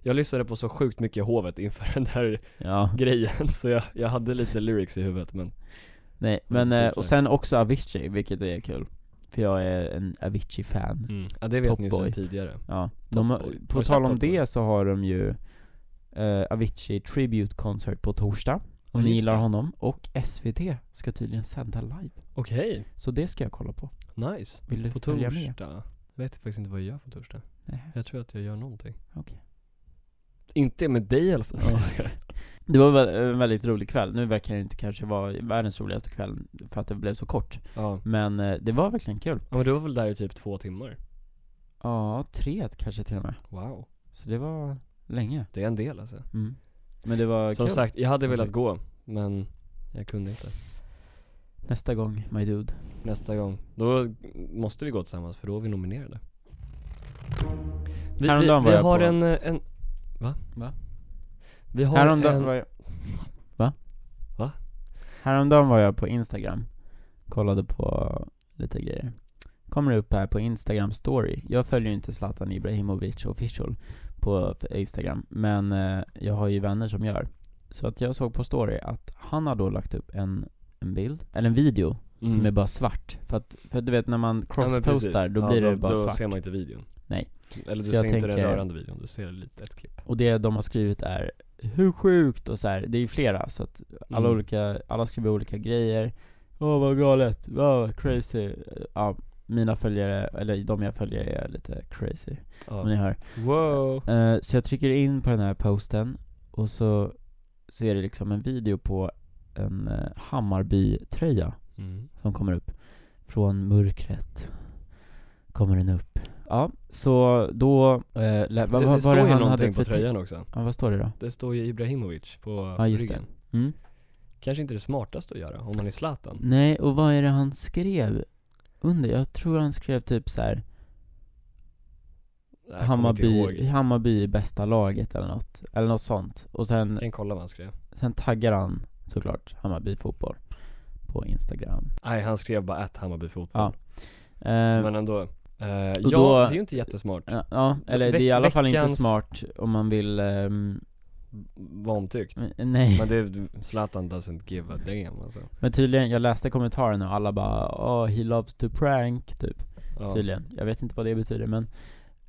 [SPEAKER 2] Jag lyssnade på så sjukt mycket Hovet inför den där
[SPEAKER 1] Ja,
[SPEAKER 2] grejen så jag, jag hade lite lyrics i huvudet men
[SPEAKER 1] nej men
[SPEAKER 2] Mm,
[SPEAKER 1] eh, och sen också Avicii, vilket är kul. För jag är en Avicii-fan.
[SPEAKER 2] ja, det vet
[SPEAKER 1] Mm. Top
[SPEAKER 2] ni ju sen
[SPEAKER 1] Boy.
[SPEAKER 2] tidigare
[SPEAKER 1] Ja, de, har-
[SPEAKER 2] Mm. Boy. Har
[SPEAKER 1] på tal
[SPEAKER 2] du sett
[SPEAKER 1] om
[SPEAKER 2] Top Boy?
[SPEAKER 1] det så har de ju eh, Avicii Tribute Concert på torsdag. Om
[SPEAKER 2] Ja,
[SPEAKER 1] ni
[SPEAKER 2] just
[SPEAKER 1] gillar
[SPEAKER 2] det.
[SPEAKER 1] honom. Och SVT ska tydligen sända live.
[SPEAKER 2] Okej,
[SPEAKER 1] Så det ska jag kolla på.
[SPEAKER 2] nice
[SPEAKER 1] Vill du
[SPEAKER 2] På
[SPEAKER 1] följa med?
[SPEAKER 2] torsdag Jag vet faktiskt inte vad jag gör på torsdag
[SPEAKER 1] Nej.
[SPEAKER 2] Jag tror att jag gör någonting
[SPEAKER 1] Okej.
[SPEAKER 2] Inte med dig i alla fall
[SPEAKER 1] Det var väl en väldigt rolig kväll, nu verkar det inte kanske vara världens roligaste kväll för att det blev så kort
[SPEAKER 2] ja.
[SPEAKER 1] Men eh, det var verkligen kul
[SPEAKER 2] ja men du var väl där i typ två timmar?
[SPEAKER 1] Ja, tre kanske till och med
[SPEAKER 2] Wow
[SPEAKER 1] Så det var länge
[SPEAKER 2] Det är en del alltså
[SPEAKER 1] mm. Men det var
[SPEAKER 2] Som
[SPEAKER 1] kul Mm.
[SPEAKER 2] sagt, jag hade velat gå men jag kunde inte
[SPEAKER 1] Nästa gång, my dude
[SPEAKER 2] Nästa gång, då måste vi gå tillsammans för då är vi nominerade Vi, vi,
[SPEAKER 1] Häromdagen var
[SPEAKER 2] vi
[SPEAKER 1] jag
[SPEAKER 2] har
[SPEAKER 1] på-
[SPEAKER 2] en, eh, en, va?
[SPEAKER 1] Va?
[SPEAKER 2] Vi har
[SPEAKER 1] Häromdagen
[SPEAKER 2] en,
[SPEAKER 1] var jag Va?
[SPEAKER 2] Va?
[SPEAKER 1] Häromdagen var jag på Instagram Kollade på lite grejer kommer det upp här på Instagram story. Jag följer ju inte Zlatan Ibrahimovic official på Instagram, men eh, jag har ju vänner som gör. Så att jag såg på story att han har då lagt upp en, en bild, eller en video, som är bara svart. För att, för att du vet när man
[SPEAKER 2] Mm. Ja, men
[SPEAKER 1] crosspostar,
[SPEAKER 2] precis.
[SPEAKER 1] då
[SPEAKER 2] Ja,
[SPEAKER 1] blir
[SPEAKER 2] då,
[SPEAKER 1] det bara
[SPEAKER 2] Då
[SPEAKER 1] svart.
[SPEAKER 2] ser man inte videon.
[SPEAKER 1] Nej.
[SPEAKER 2] Eller
[SPEAKER 1] Så
[SPEAKER 2] du
[SPEAKER 1] jag
[SPEAKER 2] ser inte den
[SPEAKER 1] tänker-
[SPEAKER 2] rörande videon, du ser lite ett klipp.
[SPEAKER 1] Och det de har skrivit är Hur sjukt? Och så här, det är ju flera så att alla
[SPEAKER 2] Mm.
[SPEAKER 1] olika, alla skriver olika grejer Åh vad galet, wow, crazy Ja, mina följare, eller de jag följer är lite crazy som ni
[SPEAKER 2] Ja.
[SPEAKER 1] hör
[SPEAKER 2] Wow.
[SPEAKER 1] Eh, Så jag trycker in på den här posten och så, så är det liksom en video på en eh, Hammarby-tröja
[SPEAKER 2] Mm.
[SPEAKER 1] som kommer upp. Från mörkret kommer den upp. Ja, så då... Eh, lä- vad,
[SPEAKER 2] det,
[SPEAKER 1] vad
[SPEAKER 2] det står
[SPEAKER 1] var det
[SPEAKER 2] ju
[SPEAKER 1] han hade
[SPEAKER 2] någonting
[SPEAKER 1] för
[SPEAKER 2] på
[SPEAKER 1] ti-
[SPEAKER 2] tröjan också.
[SPEAKER 1] Ja, vad står det då?
[SPEAKER 2] Det står ju Ibrahimovic på
[SPEAKER 1] Ja, just det.
[SPEAKER 2] ryggen.
[SPEAKER 1] Mm.
[SPEAKER 2] Kanske inte det smartaste att göra om man är Zlatan.
[SPEAKER 1] Nej, och vad är det han skrev under? Jag tror han skrev typ så här
[SPEAKER 2] Jag kommer inte
[SPEAKER 1] Hammarby,
[SPEAKER 2] ihåg.
[SPEAKER 1] Hammarby är bästa laget eller något. Eller något sånt. Och sen,
[SPEAKER 2] Jag kan kolla vad han skrev.
[SPEAKER 1] sen taggar han såklart Hammarby fotboll på Instagram.
[SPEAKER 2] Nej, han skrev bara att Hammarby fotboll.
[SPEAKER 1] Ja. Eh,
[SPEAKER 2] Men ändå. Eh, ja,
[SPEAKER 1] då-
[SPEAKER 2] det är ju inte jättesmart.
[SPEAKER 1] ja, ja, eller det är i
[SPEAKER 2] Veck-
[SPEAKER 1] alla fall inte
[SPEAKER 2] veckans-
[SPEAKER 1] smart om man vill... ehm,
[SPEAKER 2] Var omtyckt.
[SPEAKER 1] nej.
[SPEAKER 2] Men det, är- Zlatan doesn't give a damn alltså.
[SPEAKER 1] Men tydligen, jag läste kommentarerna och alla bara oh, he loves to prank typ,
[SPEAKER 2] Ja.
[SPEAKER 1] tydligen. Jag vet inte vad det betyder men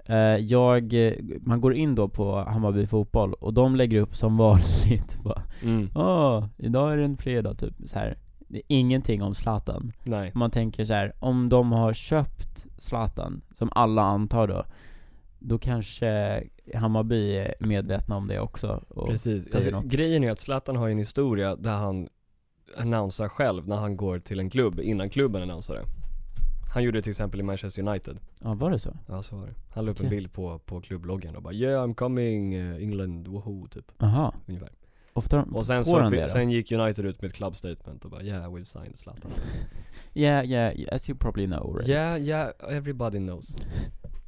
[SPEAKER 1] eh, jag, eh, man går in då på Hammarby fotboll och de lägger upp som vanligt bara
[SPEAKER 2] Mm.
[SPEAKER 1] Åh, idag är det en fredag typ så här. Det är ingenting om Zlatan.
[SPEAKER 2] Nej.
[SPEAKER 1] Om Man tänker så här, om de har köpt Zlatan, som alla antar då, då kanske Hammarby är medvetna om det också. Och,
[SPEAKER 2] Precis.
[SPEAKER 1] säger
[SPEAKER 2] Alltså,
[SPEAKER 1] något.
[SPEAKER 2] grejen är ju att Zlatan har ju en historia där han annonsar själv när han går till en klubb innan klubben annonserar det. Han gjorde det till exempel i Manchester United.
[SPEAKER 1] ja, var det så?
[SPEAKER 2] Ja så var det. Han la upp en
[SPEAKER 1] Okej.
[SPEAKER 2] bild på, på klubbloggen och bara 'Yeah I'm coming eh, England, woho' typ
[SPEAKER 1] Aha.
[SPEAKER 2] ungefär.
[SPEAKER 1] Ofta de,
[SPEAKER 2] Och sen,
[SPEAKER 1] får
[SPEAKER 2] så,
[SPEAKER 1] han
[SPEAKER 2] fi-
[SPEAKER 1] det då?
[SPEAKER 2] sen gick United ut med ett club statement och bara 'Yeah we'll sign Zlatan'
[SPEAKER 1] Yeah, yeah, as you probably know already.
[SPEAKER 2] Yeah yeah everybody knows.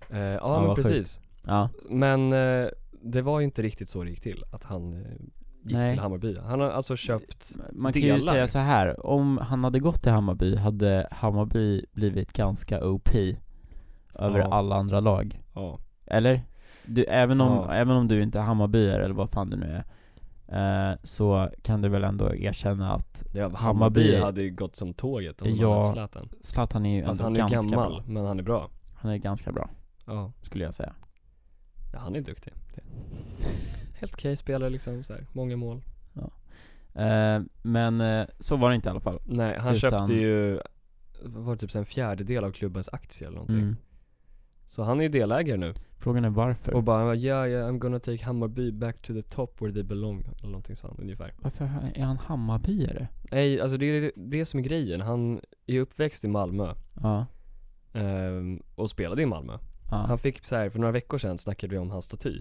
[SPEAKER 2] Eh, ja,
[SPEAKER 1] Ja,
[SPEAKER 2] men
[SPEAKER 1] vad
[SPEAKER 2] precis.
[SPEAKER 1] Ja,
[SPEAKER 2] Men eh, det var ju inte riktigt så det gick till att han eh, gick
[SPEAKER 1] Nej.
[SPEAKER 2] till Hammarby. Han har alltså köpt,
[SPEAKER 1] man kan ju
[SPEAKER 2] Delar.
[SPEAKER 1] säga så här. om han hade gått till Hammarby hade Hammarby blivit ganska OP över
[SPEAKER 2] Ja.
[SPEAKER 1] alla andra lag.
[SPEAKER 2] ja.
[SPEAKER 1] Eller? Du, även, om,
[SPEAKER 2] Ja.
[SPEAKER 1] även om du inte är Hammarbyare eller vad fan du nu är, eh, så kan du väl ändå erkänna att
[SPEAKER 2] Ja, Hammarby,
[SPEAKER 1] Hammarby-
[SPEAKER 2] hade ju gått som tåget om de
[SPEAKER 1] Ja,
[SPEAKER 2] hade haft Zlatan.
[SPEAKER 1] Zlatan är ju
[SPEAKER 2] Fast
[SPEAKER 1] ändå
[SPEAKER 2] han är
[SPEAKER 1] ganska
[SPEAKER 2] gammal,
[SPEAKER 1] bra.
[SPEAKER 2] men han är bra.
[SPEAKER 1] Han är ganska bra,
[SPEAKER 2] Ja.
[SPEAKER 1] skulle jag säga.
[SPEAKER 2] ja han är duktig. Det- Helt okej spelare liksom, så här. många mål.
[SPEAKER 1] Eh, men eh, så var det inte i alla fall.
[SPEAKER 2] Nej, han
[SPEAKER 1] Utan-
[SPEAKER 2] köpte ju, var det typ så en fjärdedel av klubbens aktier eller någonting.
[SPEAKER 1] Mm.
[SPEAKER 2] Så han är ju delägare nu.
[SPEAKER 1] Frågan är varför.
[SPEAKER 2] Och bara, yeah, yeah I'm gonna take Hammarby back to the top where they belong. Eller någonting sånt ungefär.
[SPEAKER 1] varför är han Hammarbyare?
[SPEAKER 2] Nej, alltså det är det som är grejen. Han är uppväxt i Malmö.
[SPEAKER 1] Ja.
[SPEAKER 2] ehm, och spelade i Malmö.
[SPEAKER 1] Ja,
[SPEAKER 2] Han fick så här, för några veckor sedan snackade vi om hans staty.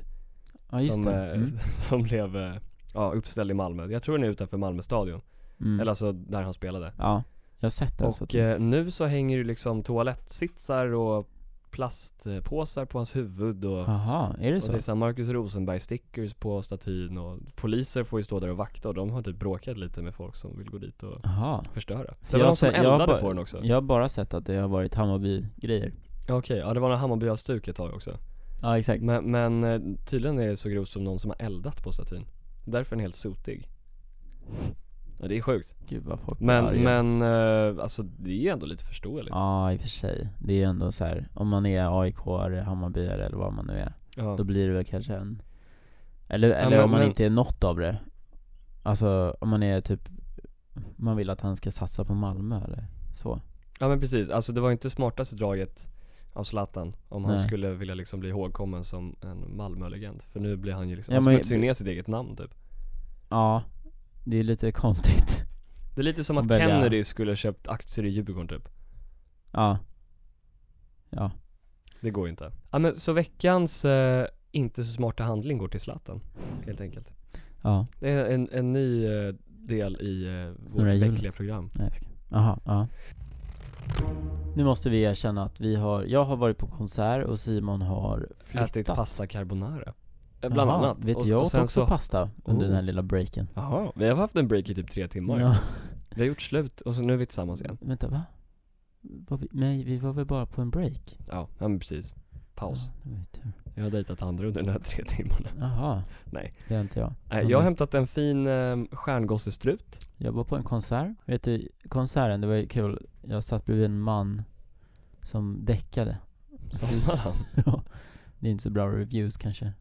[SPEAKER 1] ja just
[SPEAKER 2] som,
[SPEAKER 1] det.
[SPEAKER 2] eh,
[SPEAKER 1] Mm.
[SPEAKER 2] som blev eh, ja, uppställd i Malmö. Jag tror den är utanför Malmö stadion.
[SPEAKER 1] Mm.
[SPEAKER 2] Eller alltså där han spelade.
[SPEAKER 1] Ja, jag har sett den så att-
[SPEAKER 2] och eh, nu så hänger ju liksom toalettsitsar och plastpåsar på hans huvud och,
[SPEAKER 1] Jaha, är det
[SPEAKER 2] och
[SPEAKER 1] så?
[SPEAKER 2] det är så här Marcus Rosenberg stickers på statyn och poliser får ju stå där och vakta och de har typ bråkat lite med folk som vill gå dit och
[SPEAKER 1] Jaha.
[SPEAKER 2] förstöra.
[SPEAKER 1] För
[SPEAKER 2] Det var
[SPEAKER 1] jag
[SPEAKER 2] någon som
[SPEAKER 1] ser- jag har
[SPEAKER 2] eldade
[SPEAKER 1] bara-
[SPEAKER 2] på den också. Ja
[SPEAKER 1] Jag har bara sett att det har varit Hammarby-grejer.
[SPEAKER 2] okej, ja det var någon Hammarbyavstuk ett tag också.
[SPEAKER 1] Ja, exakt.
[SPEAKER 2] Men, men eh, tydligen är det så grovt som någon som har eldat på statyn. Därför är den helt sotig. Ja, det är sjukt.
[SPEAKER 1] Gud vad folk
[SPEAKER 2] Men,
[SPEAKER 1] blir arga.
[SPEAKER 2] men eh, alltså det är ju ändå lite förståeligt.
[SPEAKER 1] Ja, i och för sig. Det är ju ändå så här, om man är aik Hammarbyare eller vad man nu är,
[SPEAKER 2] Ja.
[SPEAKER 1] då blir det väl kanske en... Eller, eller
[SPEAKER 2] men-
[SPEAKER 1] om man
[SPEAKER 2] men-
[SPEAKER 1] inte är något av det. Alltså, om man är typ, man vill att han ska satsa på Malmö eller så.
[SPEAKER 2] ja men precis, alltså det var ju inte smartaste draget av Zlatan om han
[SPEAKER 1] Nej.
[SPEAKER 2] skulle vilja liksom bli ihågkommen som en Malmö-legend. För nu blir han ju liksom,
[SPEAKER 1] Ja,
[SPEAKER 2] han
[SPEAKER 1] men-
[SPEAKER 2] smutsar ju ner sitt eget namn typ.
[SPEAKER 1] Ja, det är lite konstigt.
[SPEAKER 2] Det är lite som att
[SPEAKER 1] Välja-
[SPEAKER 2] Kennedy skulle ha köpt aktier i Djurgården typ.
[SPEAKER 1] Ja. Ja.
[SPEAKER 2] Det går ju inte. Ja men så veckans eh, inte så smarta handling går till Zlatan, helt enkelt.
[SPEAKER 1] Ja.
[SPEAKER 2] Det är en, en ny eh, del i eh, vårt
[SPEAKER 1] Snurra hjulet.
[SPEAKER 2] veckliga program.
[SPEAKER 1] Nej, jag ska. Aha, ja. Nu måste vi erkänna att vi har, jag har varit på konsert och Simon har flyttat.
[SPEAKER 2] Ätit pasta carbonara. Eh, Bland
[SPEAKER 1] Jaha,
[SPEAKER 2] annat.
[SPEAKER 1] Vet
[SPEAKER 2] Och-
[SPEAKER 1] du, jag
[SPEAKER 2] och
[SPEAKER 1] åt
[SPEAKER 2] sen
[SPEAKER 1] också
[SPEAKER 2] så-
[SPEAKER 1] pasta under
[SPEAKER 2] Oh.
[SPEAKER 1] den här lilla breaken.
[SPEAKER 2] Jaha, vi har haft en break i typ tre timmar.
[SPEAKER 1] Ja.
[SPEAKER 2] Vi har gjort slut och så nu är vi tillsammans igen.
[SPEAKER 1] Vänta, va? Var vi, nej, vi var väl bara på en break?
[SPEAKER 2] Ja, ja men precis. Paus.
[SPEAKER 1] Ja, det var ju tur.
[SPEAKER 2] Jag har dejtat andra under de här tre timmarna.
[SPEAKER 1] Jaha.
[SPEAKER 2] Nej.
[SPEAKER 1] Det har inte jag.
[SPEAKER 2] Nej, jag har hämtat en fin eh, stjärngossestrut.
[SPEAKER 1] Jag var på en konsert. Vet du, konserten, det var ju kul. Jag satt bredvid en man som däckade.
[SPEAKER 2] Somnar han?
[SPEAKER 1] Ja. det är inte så bra reviews kanske.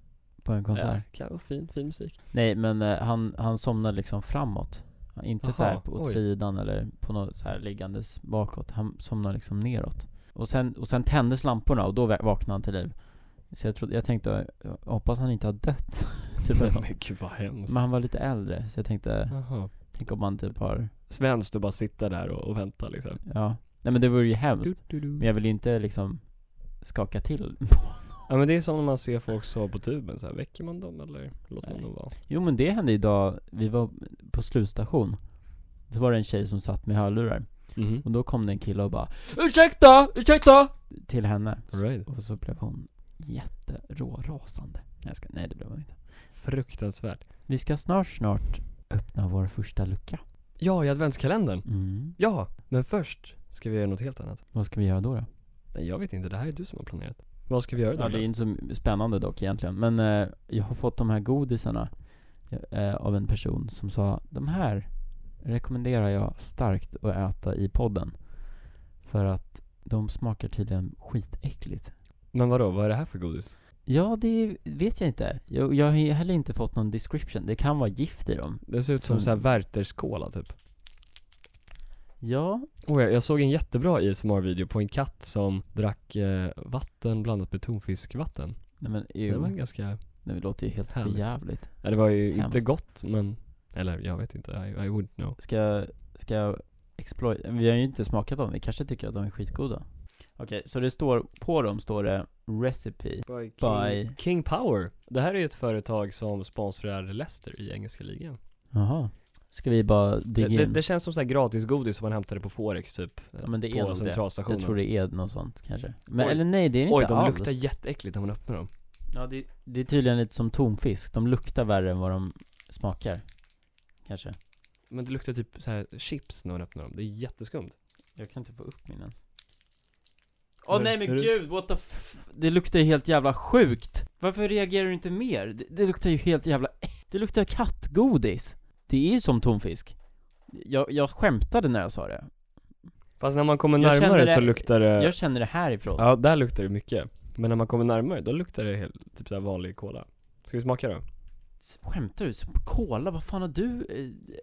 [SPEAKER 1] På en konsert.
[SPEAKER 2] Ja, kan vara fin, fin musik.
[SPEAKER 1] Nej men eh, han, han somnade liksom framåt. Ja, Inte så här
[SPEAKER 2] Jaha,
[SPEAKER 1] på åt
[SPEAKER 2] oj.
[SPEAKER 1] sidan eller på något så här liggandes bakåt. Han somnade liksom neråt. Och sen, och sen tändes lamporna och då va- vaknade han till liv. Så jag trodde, jag tänkte, jag hoppas han inte har dött. typ eller något.
[SPEAKER 2] men gud vad hemskt.
[SPEAKER 1] men han var lite äldre, så jag tänkte,
[SPEAKER 2] Jaha.
[SPEAKER 1] tänk om han typ har,
[SPEAKER 2] Svenskt och bara sitta där och, och vänta liksom.
[SPEAKER 1] ja. Nej men det vore ju hemskt.
[SPEAKER 2] Du, du, du.
[SPEAKER 1] Men jag vill ju inte liksom skaka till.
[SPEAKER 2] Ja men det är som när man ser folk sova på tuben så här, väcker man dem eller låter
[SPEAKER 1] Nej.
[SPEAKER 2] man dem vara?
[SPEAKER 1] jo men det hände idag, vi var på slutstation. Så var det en tjej som satt med hörlurar.
[SPEAKER 2] Mhm.
[SPEAKER 1] Och då kom det en kille och bara Ursäkta, ursäkta! Till henne
[SPEAKER 2] Right.
[SPEAKER 1] Och så blev hon jätterårasande Nej, jag ska, nej det blev hon inte
[SPEAKER 2] Fruktansvärt.
[SPEAKER 1] Vi ska snart, snart öppna vår första lucka
[SPEAKER 2] Ja, i adventskalendern.
[SPEAKER 1] mm.
[SPEAKER 2] Ja, men först ska vi göra något helt annat.
[SPEAKER 1] Vad ska vi göra då då?
[SPEAKER 2] Nej jag vet inte, det här är du som har planerat. Vad ska vi göra
[SPEAKER 1] Ja, det är
[SPEAKER 2] Douglas?
[SPEAKER 1] inte så spännande dock egentligen Men eh, jag har fått de här godisarna eh, Av en person som sa De här rekommenderar jag starkt att äta i podden För att de smakar tydligen skitäckligt
[SPEAKER 2] Men vadå, vad är det här för godis?
[SPEAKER 1] Ja, det vet jag inte. Jag, jag har ju heller inte fått någon description. Det kan vara gift i dem.
[SPEAKER 2] Det ser ut som
[SPEAKER 1] Som-
[SPEAKER 2] så här Werthers cola typ.
[SPEAKER 1] Ja,
[SPEAKER 2] Oh, jag, jag såg en jättebra ASMR-video på en katt som drack eh, vatten blandat med tonfiskvatten.
[SPEAKER 1] nej men
[SPEAKER 2] Det var
[SPEAKER 1] ew.
[SPEAKER 2] ganska,
[SPEAKER 1] Det låter ju helt
[SPEAKER 2] Härligt.
[SPEAKER 1] förjävligt.
[SPEAKER 2] ja, det var ju
[SPEAKER 1] Hemskt.
[SPEAKER 2] inte gott men, eller jag vet inte, I, I wouldn't know.
[SPEAKER 1] Ska jag, ska jag exploit... Vi har ju inte smakat dem. Vi kanske tycker att de är skitgoda. Okej, så det står, på dem står det recipe.
[SPEAKER 2] By
[SPEAKER 1] King- By-
[SPEAKER 2] King Power. Det här är ju ett företag som sponsrar Leicester i engelska ligan.
[SPEAKER 1] Jaha. Ska vi bara
[SPEAKER 2] Det,
[SPEAKER 1] digga
[SPEAKER 2] det,
[SPEAKER 1] in?
[SPEAKER 2] det känns som så här gratisgodis som man hämtade på Forex typ.
[SPEAKER 1] Ja, men det är nog
[SPEAKER 2] på
[SPEAKER 1] det.
[SPEAKER 2] centralstationen.
[SPEAKER 1] Jag tror det är något sånt kanske. Men
[SPEAKER 2] Oj.
[SPEAKER 1] eller nej, det är det inte
[SPEAKER 2] Oj, de
[SPEAKER 1] alls.
[SPEAKER 2] luktar jätteäckligt när man öppnar dem.
[SPEAKER 1] Ja, det, det är tydligen lite som tonfisk. De luktar värre än vad de smakar. Kanske.
[SPEAKER 2] Men det luktar typ så här chips när man öppnar dem. Det är jätteskumt.
[SPEAKER 1] Jag kan inte få upp min ens.
[SPEAKER 2] Åh,
[SPEAKER 1] Åh
[SPEAKER 2] nej,
[SPEAKER 1] nej
[SPEAKER 2] är
[SPEAKER 1] men
[SPEAKER 2] det-
[SPEAKER 1] gud, what the f- Det luktar ju helt jävla sjukt! Varför reagerar du inte mer? Det, det luktar ju helt jävla... Det luktar kattgodis! Det är ju som tonfisk. Jag, jag skämtade när jag sa det.
[SPEAKER 2] Fast när man kommer
[SPEAKER 1] Jag känner
[SPEAKER 2] närmare så
[SPEAKER 1] det-
[SPEAKER 2] luktar det...
[SPEAKER 1] Jag känner det härifrån.
[SPEAKER 2] Eh. Ja, där luktar det mycket. Men när man kommer närmare, då luktar det helt, typ så här vanlig cola. Ska vi smaka då?
[SPEAKER 1] S- Skämtar du? Som Cola, vad fan har du? eh,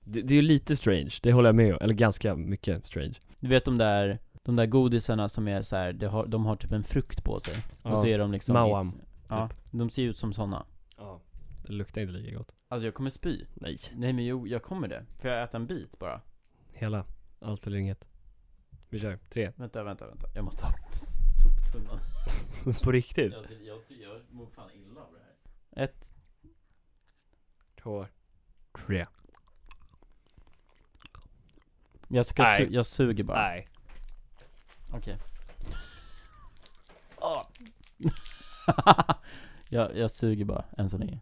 [SPEAKER 2] Det, det är ju lite strange, det håller jag med om. Eller ganska mycket strange.
[SPEAKER 1] Du vet de där, de där godisarna som är så här, de har, de har typ en frukt på sig.
[SPEAKER 2] Ja.
[SPEAKER 1] Och så är de liksom...
[SPEAKER 2] Mauam, typ.
[SPEAKER 1] Ja, de ser ut som sådana.
[SPEAKER 2] Ja. Det luktar inte lika gott.
[SPEAKER 1] Alltså jag kommer spy.
[SPEAKER 2] Nej.
[SPEAKER 1] Nej men jo, jag kommer det. Får jag äta en bit bara?
[SPEAKER 2] Hela. Allt eller inget. Vi kör. Tre.
[SPEAKER 1] Vänta, vänta, vänta. Jag måste ha soptunnan.
[SPEAKER 2] På riktigt?
[SPEAKER 1] Jag, jag, jag mår fan illa av det här. Ett.
[SPEAKER 2] Två. Tre.
[SPEAKER 1] Jag ska
[SPEAKER 2] Nej.
[SPEAKER 1] su- jag suger bara.
[SPEAKER 2] Nej.
[SPEAKER 1] Okej. Ah. jag, jag suger bara, än så länge.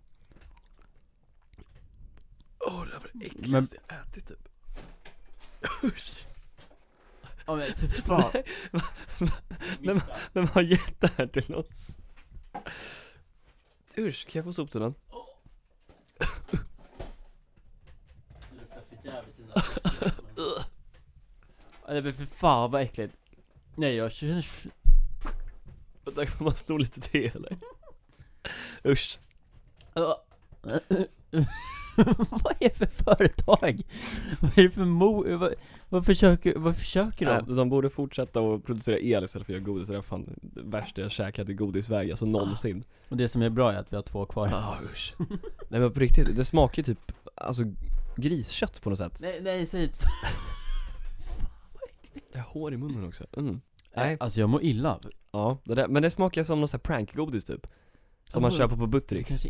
[SPEAKER 2] Åh, det här var det
[SPEAKER 1] äckligaste
[SPEAKER 2] jag ätit typ.
[SPEAKER 1] Ja men fy fan.
[SPEAKER 2] men- Vem har gett det här till oss? Usch, kan jag få soptunnan?
[SPEAKER 1] Nej men för fan vad äckligt. Nej jag känner...
[SPEAKER 2] Vänta, får man sno lite te eller? Usch.
[SPEAKER 1] Ah. vad är det för företag? Vad är det för mo... Vad, vad försöker, vad försöker de?
[SPEAKER 2] Nej, Eh, de borde fortsätta att producera el istället för att göra godis. Det är fan det värsta jag käkat i godisväg, alltså någonsin.
[SPEAKER 1] Och det som är bra är att vi har två kvar.
[SPEAKER 2] Ah, usch. Nej men på riktigt, det smakar ju typ, alltså griskött på något sätt.
[SPEAKER 1] Nej, nej, säg inte
[SPEAKER 2] Jag har hår i munnen också. Mm.
[SPEAKER 1] Nej.
[SPEAKER 2] Nej.
[SPEAKER 1] Alltså jag mår illa.
[SPEAKER 2] Ja, det där, men det smakar som någon sån här prankgodis typ. Som man
[SPEAKER 1] Oh.
[SPEAKER 2] köper på
[SPEAKER 1] Det,
[SPEAKER 2] Buttericks.
[SPEAKER 1] kanske...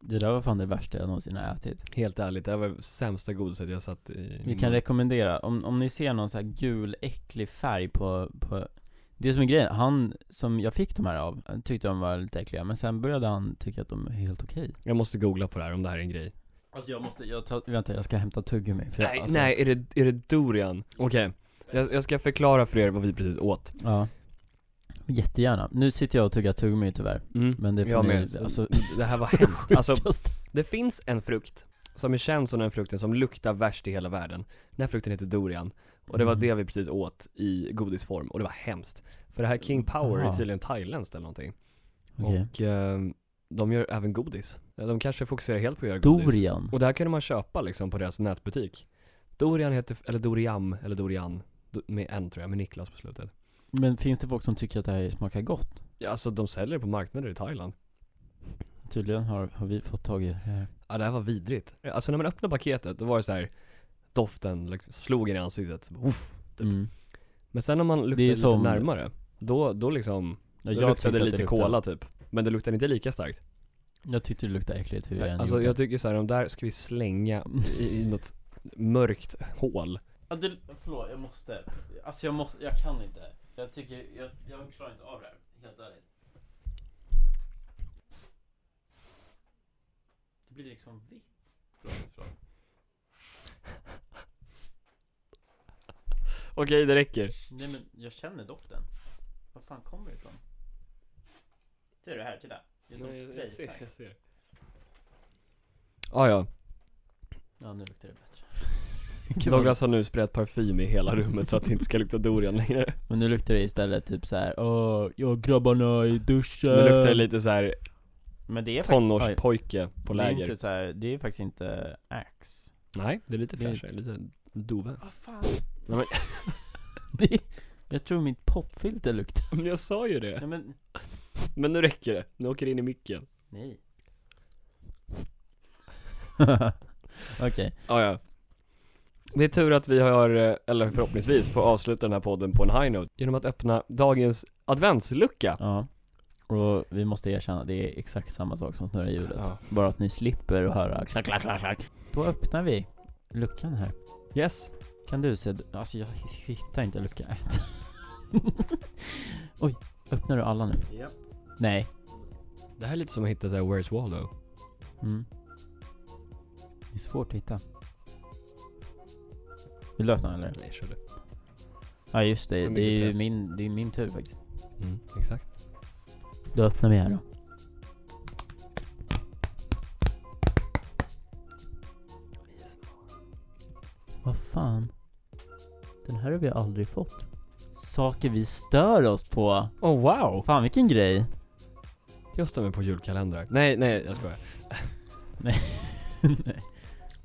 [SPEAKER 1] det där var fan det värsta jag någonsin har ätit.
[SPEAKER 2] Helt ärligt, det här var det sämsta godiset jag satt i
[SPEAKER 1] Vi kan
[SPEAKER 2] mun.
[SPEAKER 1] rekommendera, om, om ni ser någon så här gul äcklig färg på, på Det som är grejen, han som jag fick de här av han tyckte de var lite äckliga men sen började han tycka att de är helt okej.
[SPEAKER 2] Jag måste googla på det här om det här är en grej.
[SPEAKER 1] Alltså jag måste, jag tar, vänta jag ska hämta tuggummi för jag, alltså,
[SPEAKER 2] är det, är det Dorian? Okej, Jag, jag ska förklara för er vad vi precis åt.
[SPEAKER 1] Ja. Jättegärna. Nu sitter jag och tuggar tuggummi tyvärr. Men Mm. det får
[SPEAKER 2] jag
[SPEAKER 1] ni-
[SPEAKER 2] med. Så
[SPEAKER 1] alltså-
[SPEAKER 2] Det här var hemskt. Alltså,
[SPEAKER 1] Sjukast.
[SPEAKER 2] det finns en frukt som är känd som den frukten som luktar värst i hela världen. Den här frukten heter durian. Och det var
[SPEAKER 1] Mm.
[SPEAKER 2] det vi precis åt i godisform och det var hemskt. För det här King Power är
[SPEAKER 1] Jaha.
[SPEAKER 2] tydligen thailändskt eller någonting.
[SPEAKER 1] Okej.
[SPEAKER 2] Och ehm, de gör även godis. De kanske fokuserar helt på att göra godis.
[SPEAKER 1] Dorian.
[SPEAKER 2] Och det här kunde man köpa liksom på deras nätbutik. Dorian heter, eller Doriam, eller Dorian, do- med en tror jag, med Niklas på slutet.
[SPEAKER 1] Men finns det folk som tycker att det här smakar gott?
[SPEAKER 2] Ja, alltså de säljer det på marknader i Thailand.
[SPEAKER 1] Tydligen har, har vi fått tag i det här.
[SPEAKER 2] Ja det här var vidrigt. Alltså när man öppnade paketet då var det så här doften liksom, slog en i ansiktet. Uff, typ.
[SPEAKER 1] Mm.
[SPEAKER 2] Men sen när man luktade
[SPEAKER 1] ju
[SPEAKER 2] lite
[SPEAKER 1] som-
[SPEAKER 2] närmare, då, då liksom,
[SPEAKER 1] Ja,
[SPEAKER 2] då
[SPEAKER 1] jag
[SPEAKER 2] luktade
[SPEAKER 1] tyckte
[SPEAKER 2] det
[SPEAKER 1] att
[SPEAKER 2] lite
[SPEAKER 1] det
[SPEAKER 2] cola typ. Men det luktade inte lika starkt.
[SPEAKER 1] Jag tyckte det luktade äckligt hur jag än
[SPEAKER 2] alltså
[SPEAKER 1] gjorde.
[SPEAKER 2] jag tycker så här, de där ska vi slänga i, i något mörkt hål.
[SPEAKER 1] Ja, det, förlåt, jag måste. Alltså jag måste, jag kan inte. Jag tycker, jag, jag klarar inte av det här. Helt ärligt. Det blir liksom vitt. Förlåt, förlåt.
[SPEAKER 2] Okej det räcker.
[SPEAKER 1] Nej men jag känner doften. Var fan kommer det ifrån? Ser du här, titta. Det är som spray.
[SPEAKER 2] jag ser. Ah, ja,
[SPEAKER 1] Ja nu luktar det bättre.
[SPEAKER 2] Douglas har nu sprayat parfym i hela rummet så att det inte ska lukta dorian längre.
[SPEAKER 1] Men nu luktar det istället typ så här. Åh, jag grabbarna i duschen.
[SPEAKER 2] Nu luktar det lite så här
[SPEAKER 1] Men det är faktiskt- oj.
[SPEAKER 2] tonårspojke på
[SPEAKER 1] Det är
[SPEAKER 2] läger.
[SPEAKER 1] inte så här, det är faktiskt inte Axe.
[SPEAKER 2] Nej, det är lite
[SPEAKER 1] Det är-
[SPEAKER 2] fräschare, lite dove.
[SPEAKER 1] Vad fan?
[SPEAKER 2] Nej, men-
[SPEAKER 1] Det- jag tror mitt popfilter luktar.
[SPEAKER 2] Men jag sa ju det.
[SPEAKER 1] Nej men,
[SPEAKER 2] Men nu räcker det. Nu åker det in i micken.
[SPEAKER 1] nej. Okej.
[SPEAKER 2] Ah, ja. Det är tur att vi har, eh, eller förhoppningsvis, får avsluta den här podden på en high note genom att öppna dagens adventslucka.
[SPEAKER 1] Ja. Och vi måste erkänna, det är exakt samma sak som snurrar hjulet.
[SPEAKER 2] Ja.
[SPEAKER 1] Bara att ni slipper att höra klack, klack, klack, klack. Då öppnar vi luckan här.
[SPEAKER 2] Yes.
[SPEAKER 1] Kan du se? Alltså jag hittar inte lucka ett. Oj, öppnar du alla nu?
[SPEAKER 2] Ja.
[SPEAKER 1] Nej.
[SPEAKER 2] Det här är lite som att hitta såhär Where's Waldo?
[SPEAKER 1] Mm. Det är svårt att hitta. Vill du öppna eller?
[SPEAKER 2] Nej, kör du.
[SPEAKER 1] Ja just det,
[SPEAKER 2] För
[SPEAKER 1] det
[SPEAKER 2] mycket
[SPEAKER 1] är ju
[SPEAKER 2] press.
[SPEAKER 1] min, det är min tur faktiskt.
[SPEAKER 2] Mm, exakt.
[SPEAKER 1] Då öppnar vi här då. Vad fan? Den här har vi aldrig fått. Saker vi stör oss på.
[SPEAKER 2] Oh wow!
[SPEAKER 1] Fan vilken grej.
[SPEAKER 2] Jag stämmer på julkalendrar. Nej, nej, jag skojar.
[SPEAKER 1] Nej,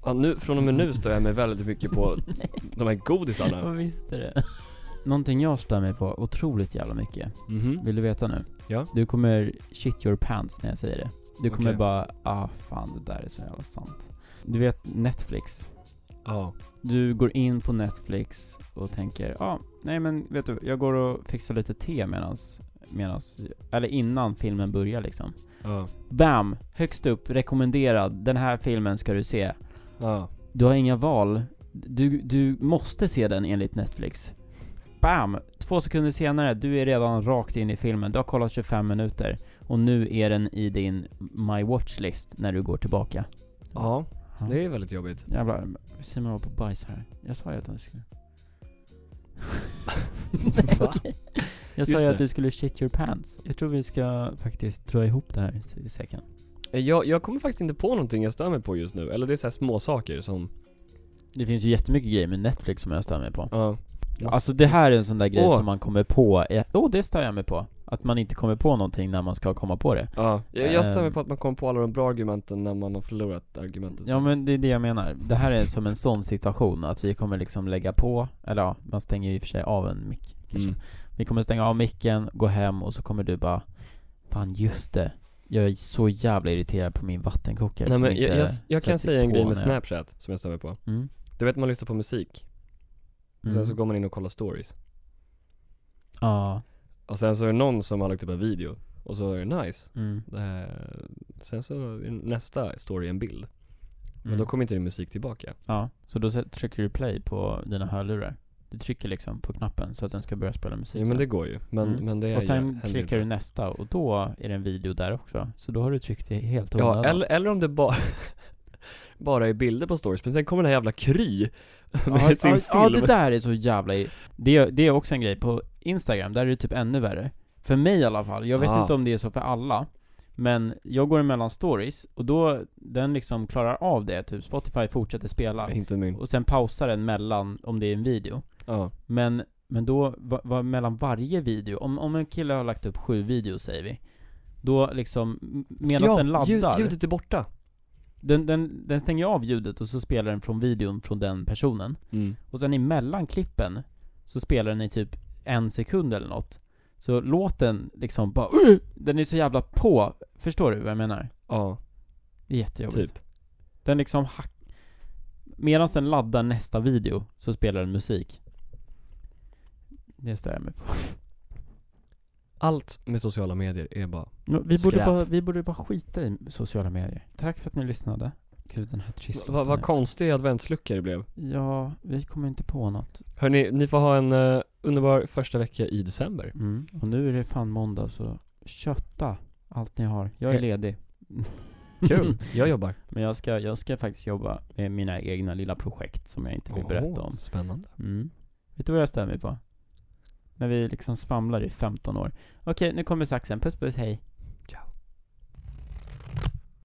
[SPEAKER 2] Ja, nu, från och med nu står jag mig väldigt mycket på de här godisarna.
[SPEAKER 1] jag visste det. Någonting jag stör mig på otroligt jävla mycket.
[SPEAKER 2] Mhm.
[SPEAKER 1] Vill du veta nu?
[SPEAKER 2] Ja.
[SPEAKER 1] Du kommer shit your pants när jag säger det. Du kommer
[SPEAKER 2] Okej.
[SPEAKER 1] bara, ah fan det där är så jävla sant. Du vet Netflix.
[SPEAKER 2] Ja.
[SPEAKER 1] du går in på Netflix och tänker, ja, ah, nej men vet du, jag går och fixar lite te medans, medans, eller innan filmen börjar liksom.
[SPEAKER 2] Ja.
[SPEAKER 1] Bam! Högst upp, rekommenderad, den här filmen ska du se.
[SPEAKER 2] Ja.
[SPEAKER 1] Du har inga val, du, du måste se den enligt Netflix. Bam! Två sekunder senare, du är redan rakt in i filmen, du har kollat 25 minuter och nu är den i din My Watch-list när du går tillbaka.
[SPEAKER 2] Ja,
[SPEAKER 1] Ja.
[SPEAKER 2] det är väldigt jobbigt.
[SPEAKER 1] Jävlar, Simon var på bajs här. Jag sa ju att han skulle...
[SPEAKER 2] Va?
[SPEAKER 1] Okej. Jag sa
[SPEAKER 2] Just
[SPEAKER 1] ju
[SPEAKER 2] det.
[SPEAKER 1] att du skulle shit your pants. Jag tror vi ska faktiskt dra ihop det här i säcken.
[SPEAKER 2] Eh, Jag, jag kommer faktiskt inte på någonting jag stör mig på just nu. Eller det är så här små saker som...
[SPEAKER 1] Det finns ju jättemycket grejer med Netflix som jag stör mig på.
[SPEAKER 2] Ja.
[SPEAKER 1] Alltså det här är en sån där grej
[SPEAKER 2] Åh.
[SPEAKER 1] som man kommer på, i- åh oh, det stör jag mig på. Att man inte kommer på någonting när man ska komma på det.
[SPEAKER 2] Ja. Jag, jag stör mig
[SPEAKER 1] Ehm.
[SPEAKER 2] på att man kommer på alla de bra argumenten när man har förlorat argumentet.
[SPEAKER 1] Ja men det är det jag menar. Det här är som en sån situation, att vi kommer liksom lägga på, eller ja, man stänger ju i och för sig av en mick kanske.
[SPEAKER 2] Mm.
[SPEAKER 1] Vi kommer stänga av micken, gå hem och så kommer du bara Fan just det, jag är så jävla irriterad på min vattenkokare
[SPEAKER 2] Nej
[SPEAKER 1] som
[SPEAKER 2] men
[SPEAKER 1] inte
[SPEAKER 2] jag, jag, jag kan
[SPEAKER 1] sätts
[SPEAKER 2] säga en
[SPEAKER 1] på
[SPEAKER 2] grej med
[SPEAKER 1] när jag-
[SPEAKER 2] Snapchat som jag stör mig på.
[SPEAKER 1] Mm.
[SPEAKER 2] Du vet man lyssnar på musik, och
[SPEAKER 1] Mm.
[SPEAKER 2] sen så går man in och kollar stories.
[SPEAKER 1] Ja,
[SPEAKER 2] Och sen så är det någon som har lagt upp en video, och så är det nice.
[SPEAKER 1] mm.
[SPEAKER 2] Eh, sen så är nästa story en bild. Men
[SPEAKER 1] mm.
[SPEAKER 2] då kommer inte din musik tillbaka.
[SPEAKER 1] Ja, så då sätt- trycker du play på dina hörlurar Du trycker liksom på knappen så att den ska börja spela musik
[SPEAKER 2] Jo men det går ju. Men,
[SPEAKER 1] Mm.
[SPEAKER 2] men det är
[SPEAKER 1] Och
[SPEAKER 2] ju-
[SPEAKER 1] sen
[SPEAKER 2] händer
[SPEAKER 1] klickar
[SPEAKER 2] inte.
[SPEAKER 1] du nästa och då är det en video där också Så då har du tryckt det helt
[SPEAKER 2] Ja,
[SPEAKER 1] onödan.
[SPEAKER 2] eller, eller om det bara bara är bilder på stories, men sen kommer den här jävla Kry med
[SPEAKER 1] Ja,
[SPEAKER 2] sin
[SPEAKER 1] ja,
[SPEAKER 2] film
[SPEAKER 1] ja, det där är så jävla... ir- Det är, det är också en grej på Instagram, där är det typ ännu värre. För mig i alla fall, jag vet
[SPEAKER 2] Ah.
[SPEAKER 1] inte om det är så för alla. Men jag går emellan stories, och då, den liksom klarar av det, typ Spotify fortsätter spela.
[SPEAKER 2] Inte min,
[SPEAKER 1] Och sen pausar den mellan, om det är en video.
[SPEAKER 2] ja,
[SPEAKER 1] Men, men då, va, va, mellan varje video, om, om en kille har lagt upp sju videos säger vi. Då liksom, m- medan den laddar,
[SPEAKER 2] ljud, ljudet är borta
[SPEAKER 1] den, den, den stänger av ljudet och så spelar den från videon från den personen.
[SPEAKER 2] mm.
[SPEAKER 1] Och sen emellan klippen så spelar den i typ en sekund eller något. Så låten liksom bara Den är så jävla på. Förstår du vad jag menar?
[SPEAKER 2] Ja,
[SPEAKER 1] Det är jättejobbigt.
[SPEAKER 2] typ
[SPEAKER 1] Den liksom hack... Medan den laddar nästa video så spelar den musik. Det stör jag mig på.
[SPEAKER 2] Allt med sociala medier är bara
[SPEAKER 1] Nå, Vi borde,
[SPEAKER 2] Skräp.
[SPEAKER 1] bara, vi borde bara skita i sociala medier. Tack för att ni lyssnade. Gud, den här trista
[SPEAKER 2] Vad va
[SPEAKER 1] låten är-
[SPEAKER 2] konstig adventslucka det blev
[SPEAKER 1] Ja, vi kommer inte på något.
[SPEAKER 2] Hörni, ni får ha en eh, underbar första vecka i december
[SPEAKER 1] Mm. Och nu är det fan måndag så kötta allt ni har. Jag är
[SPEAKER 2] Hej.
[SPEAKER 1] ledig.
[SPEAKER 2] Kul, jag jobbar
[SPEAKER 1] Men jag ska, jag ska faktiskt jobba med mina egna lilla projekt som jag inte vill berätta om.
[SPEAKER 2] Spännande
[SPEAKER 1] Mm. Vet du vad jag stör mig på? När vi liksom svamlar i 15 år. Okej, nu kommer saxen. Puss puss, hej.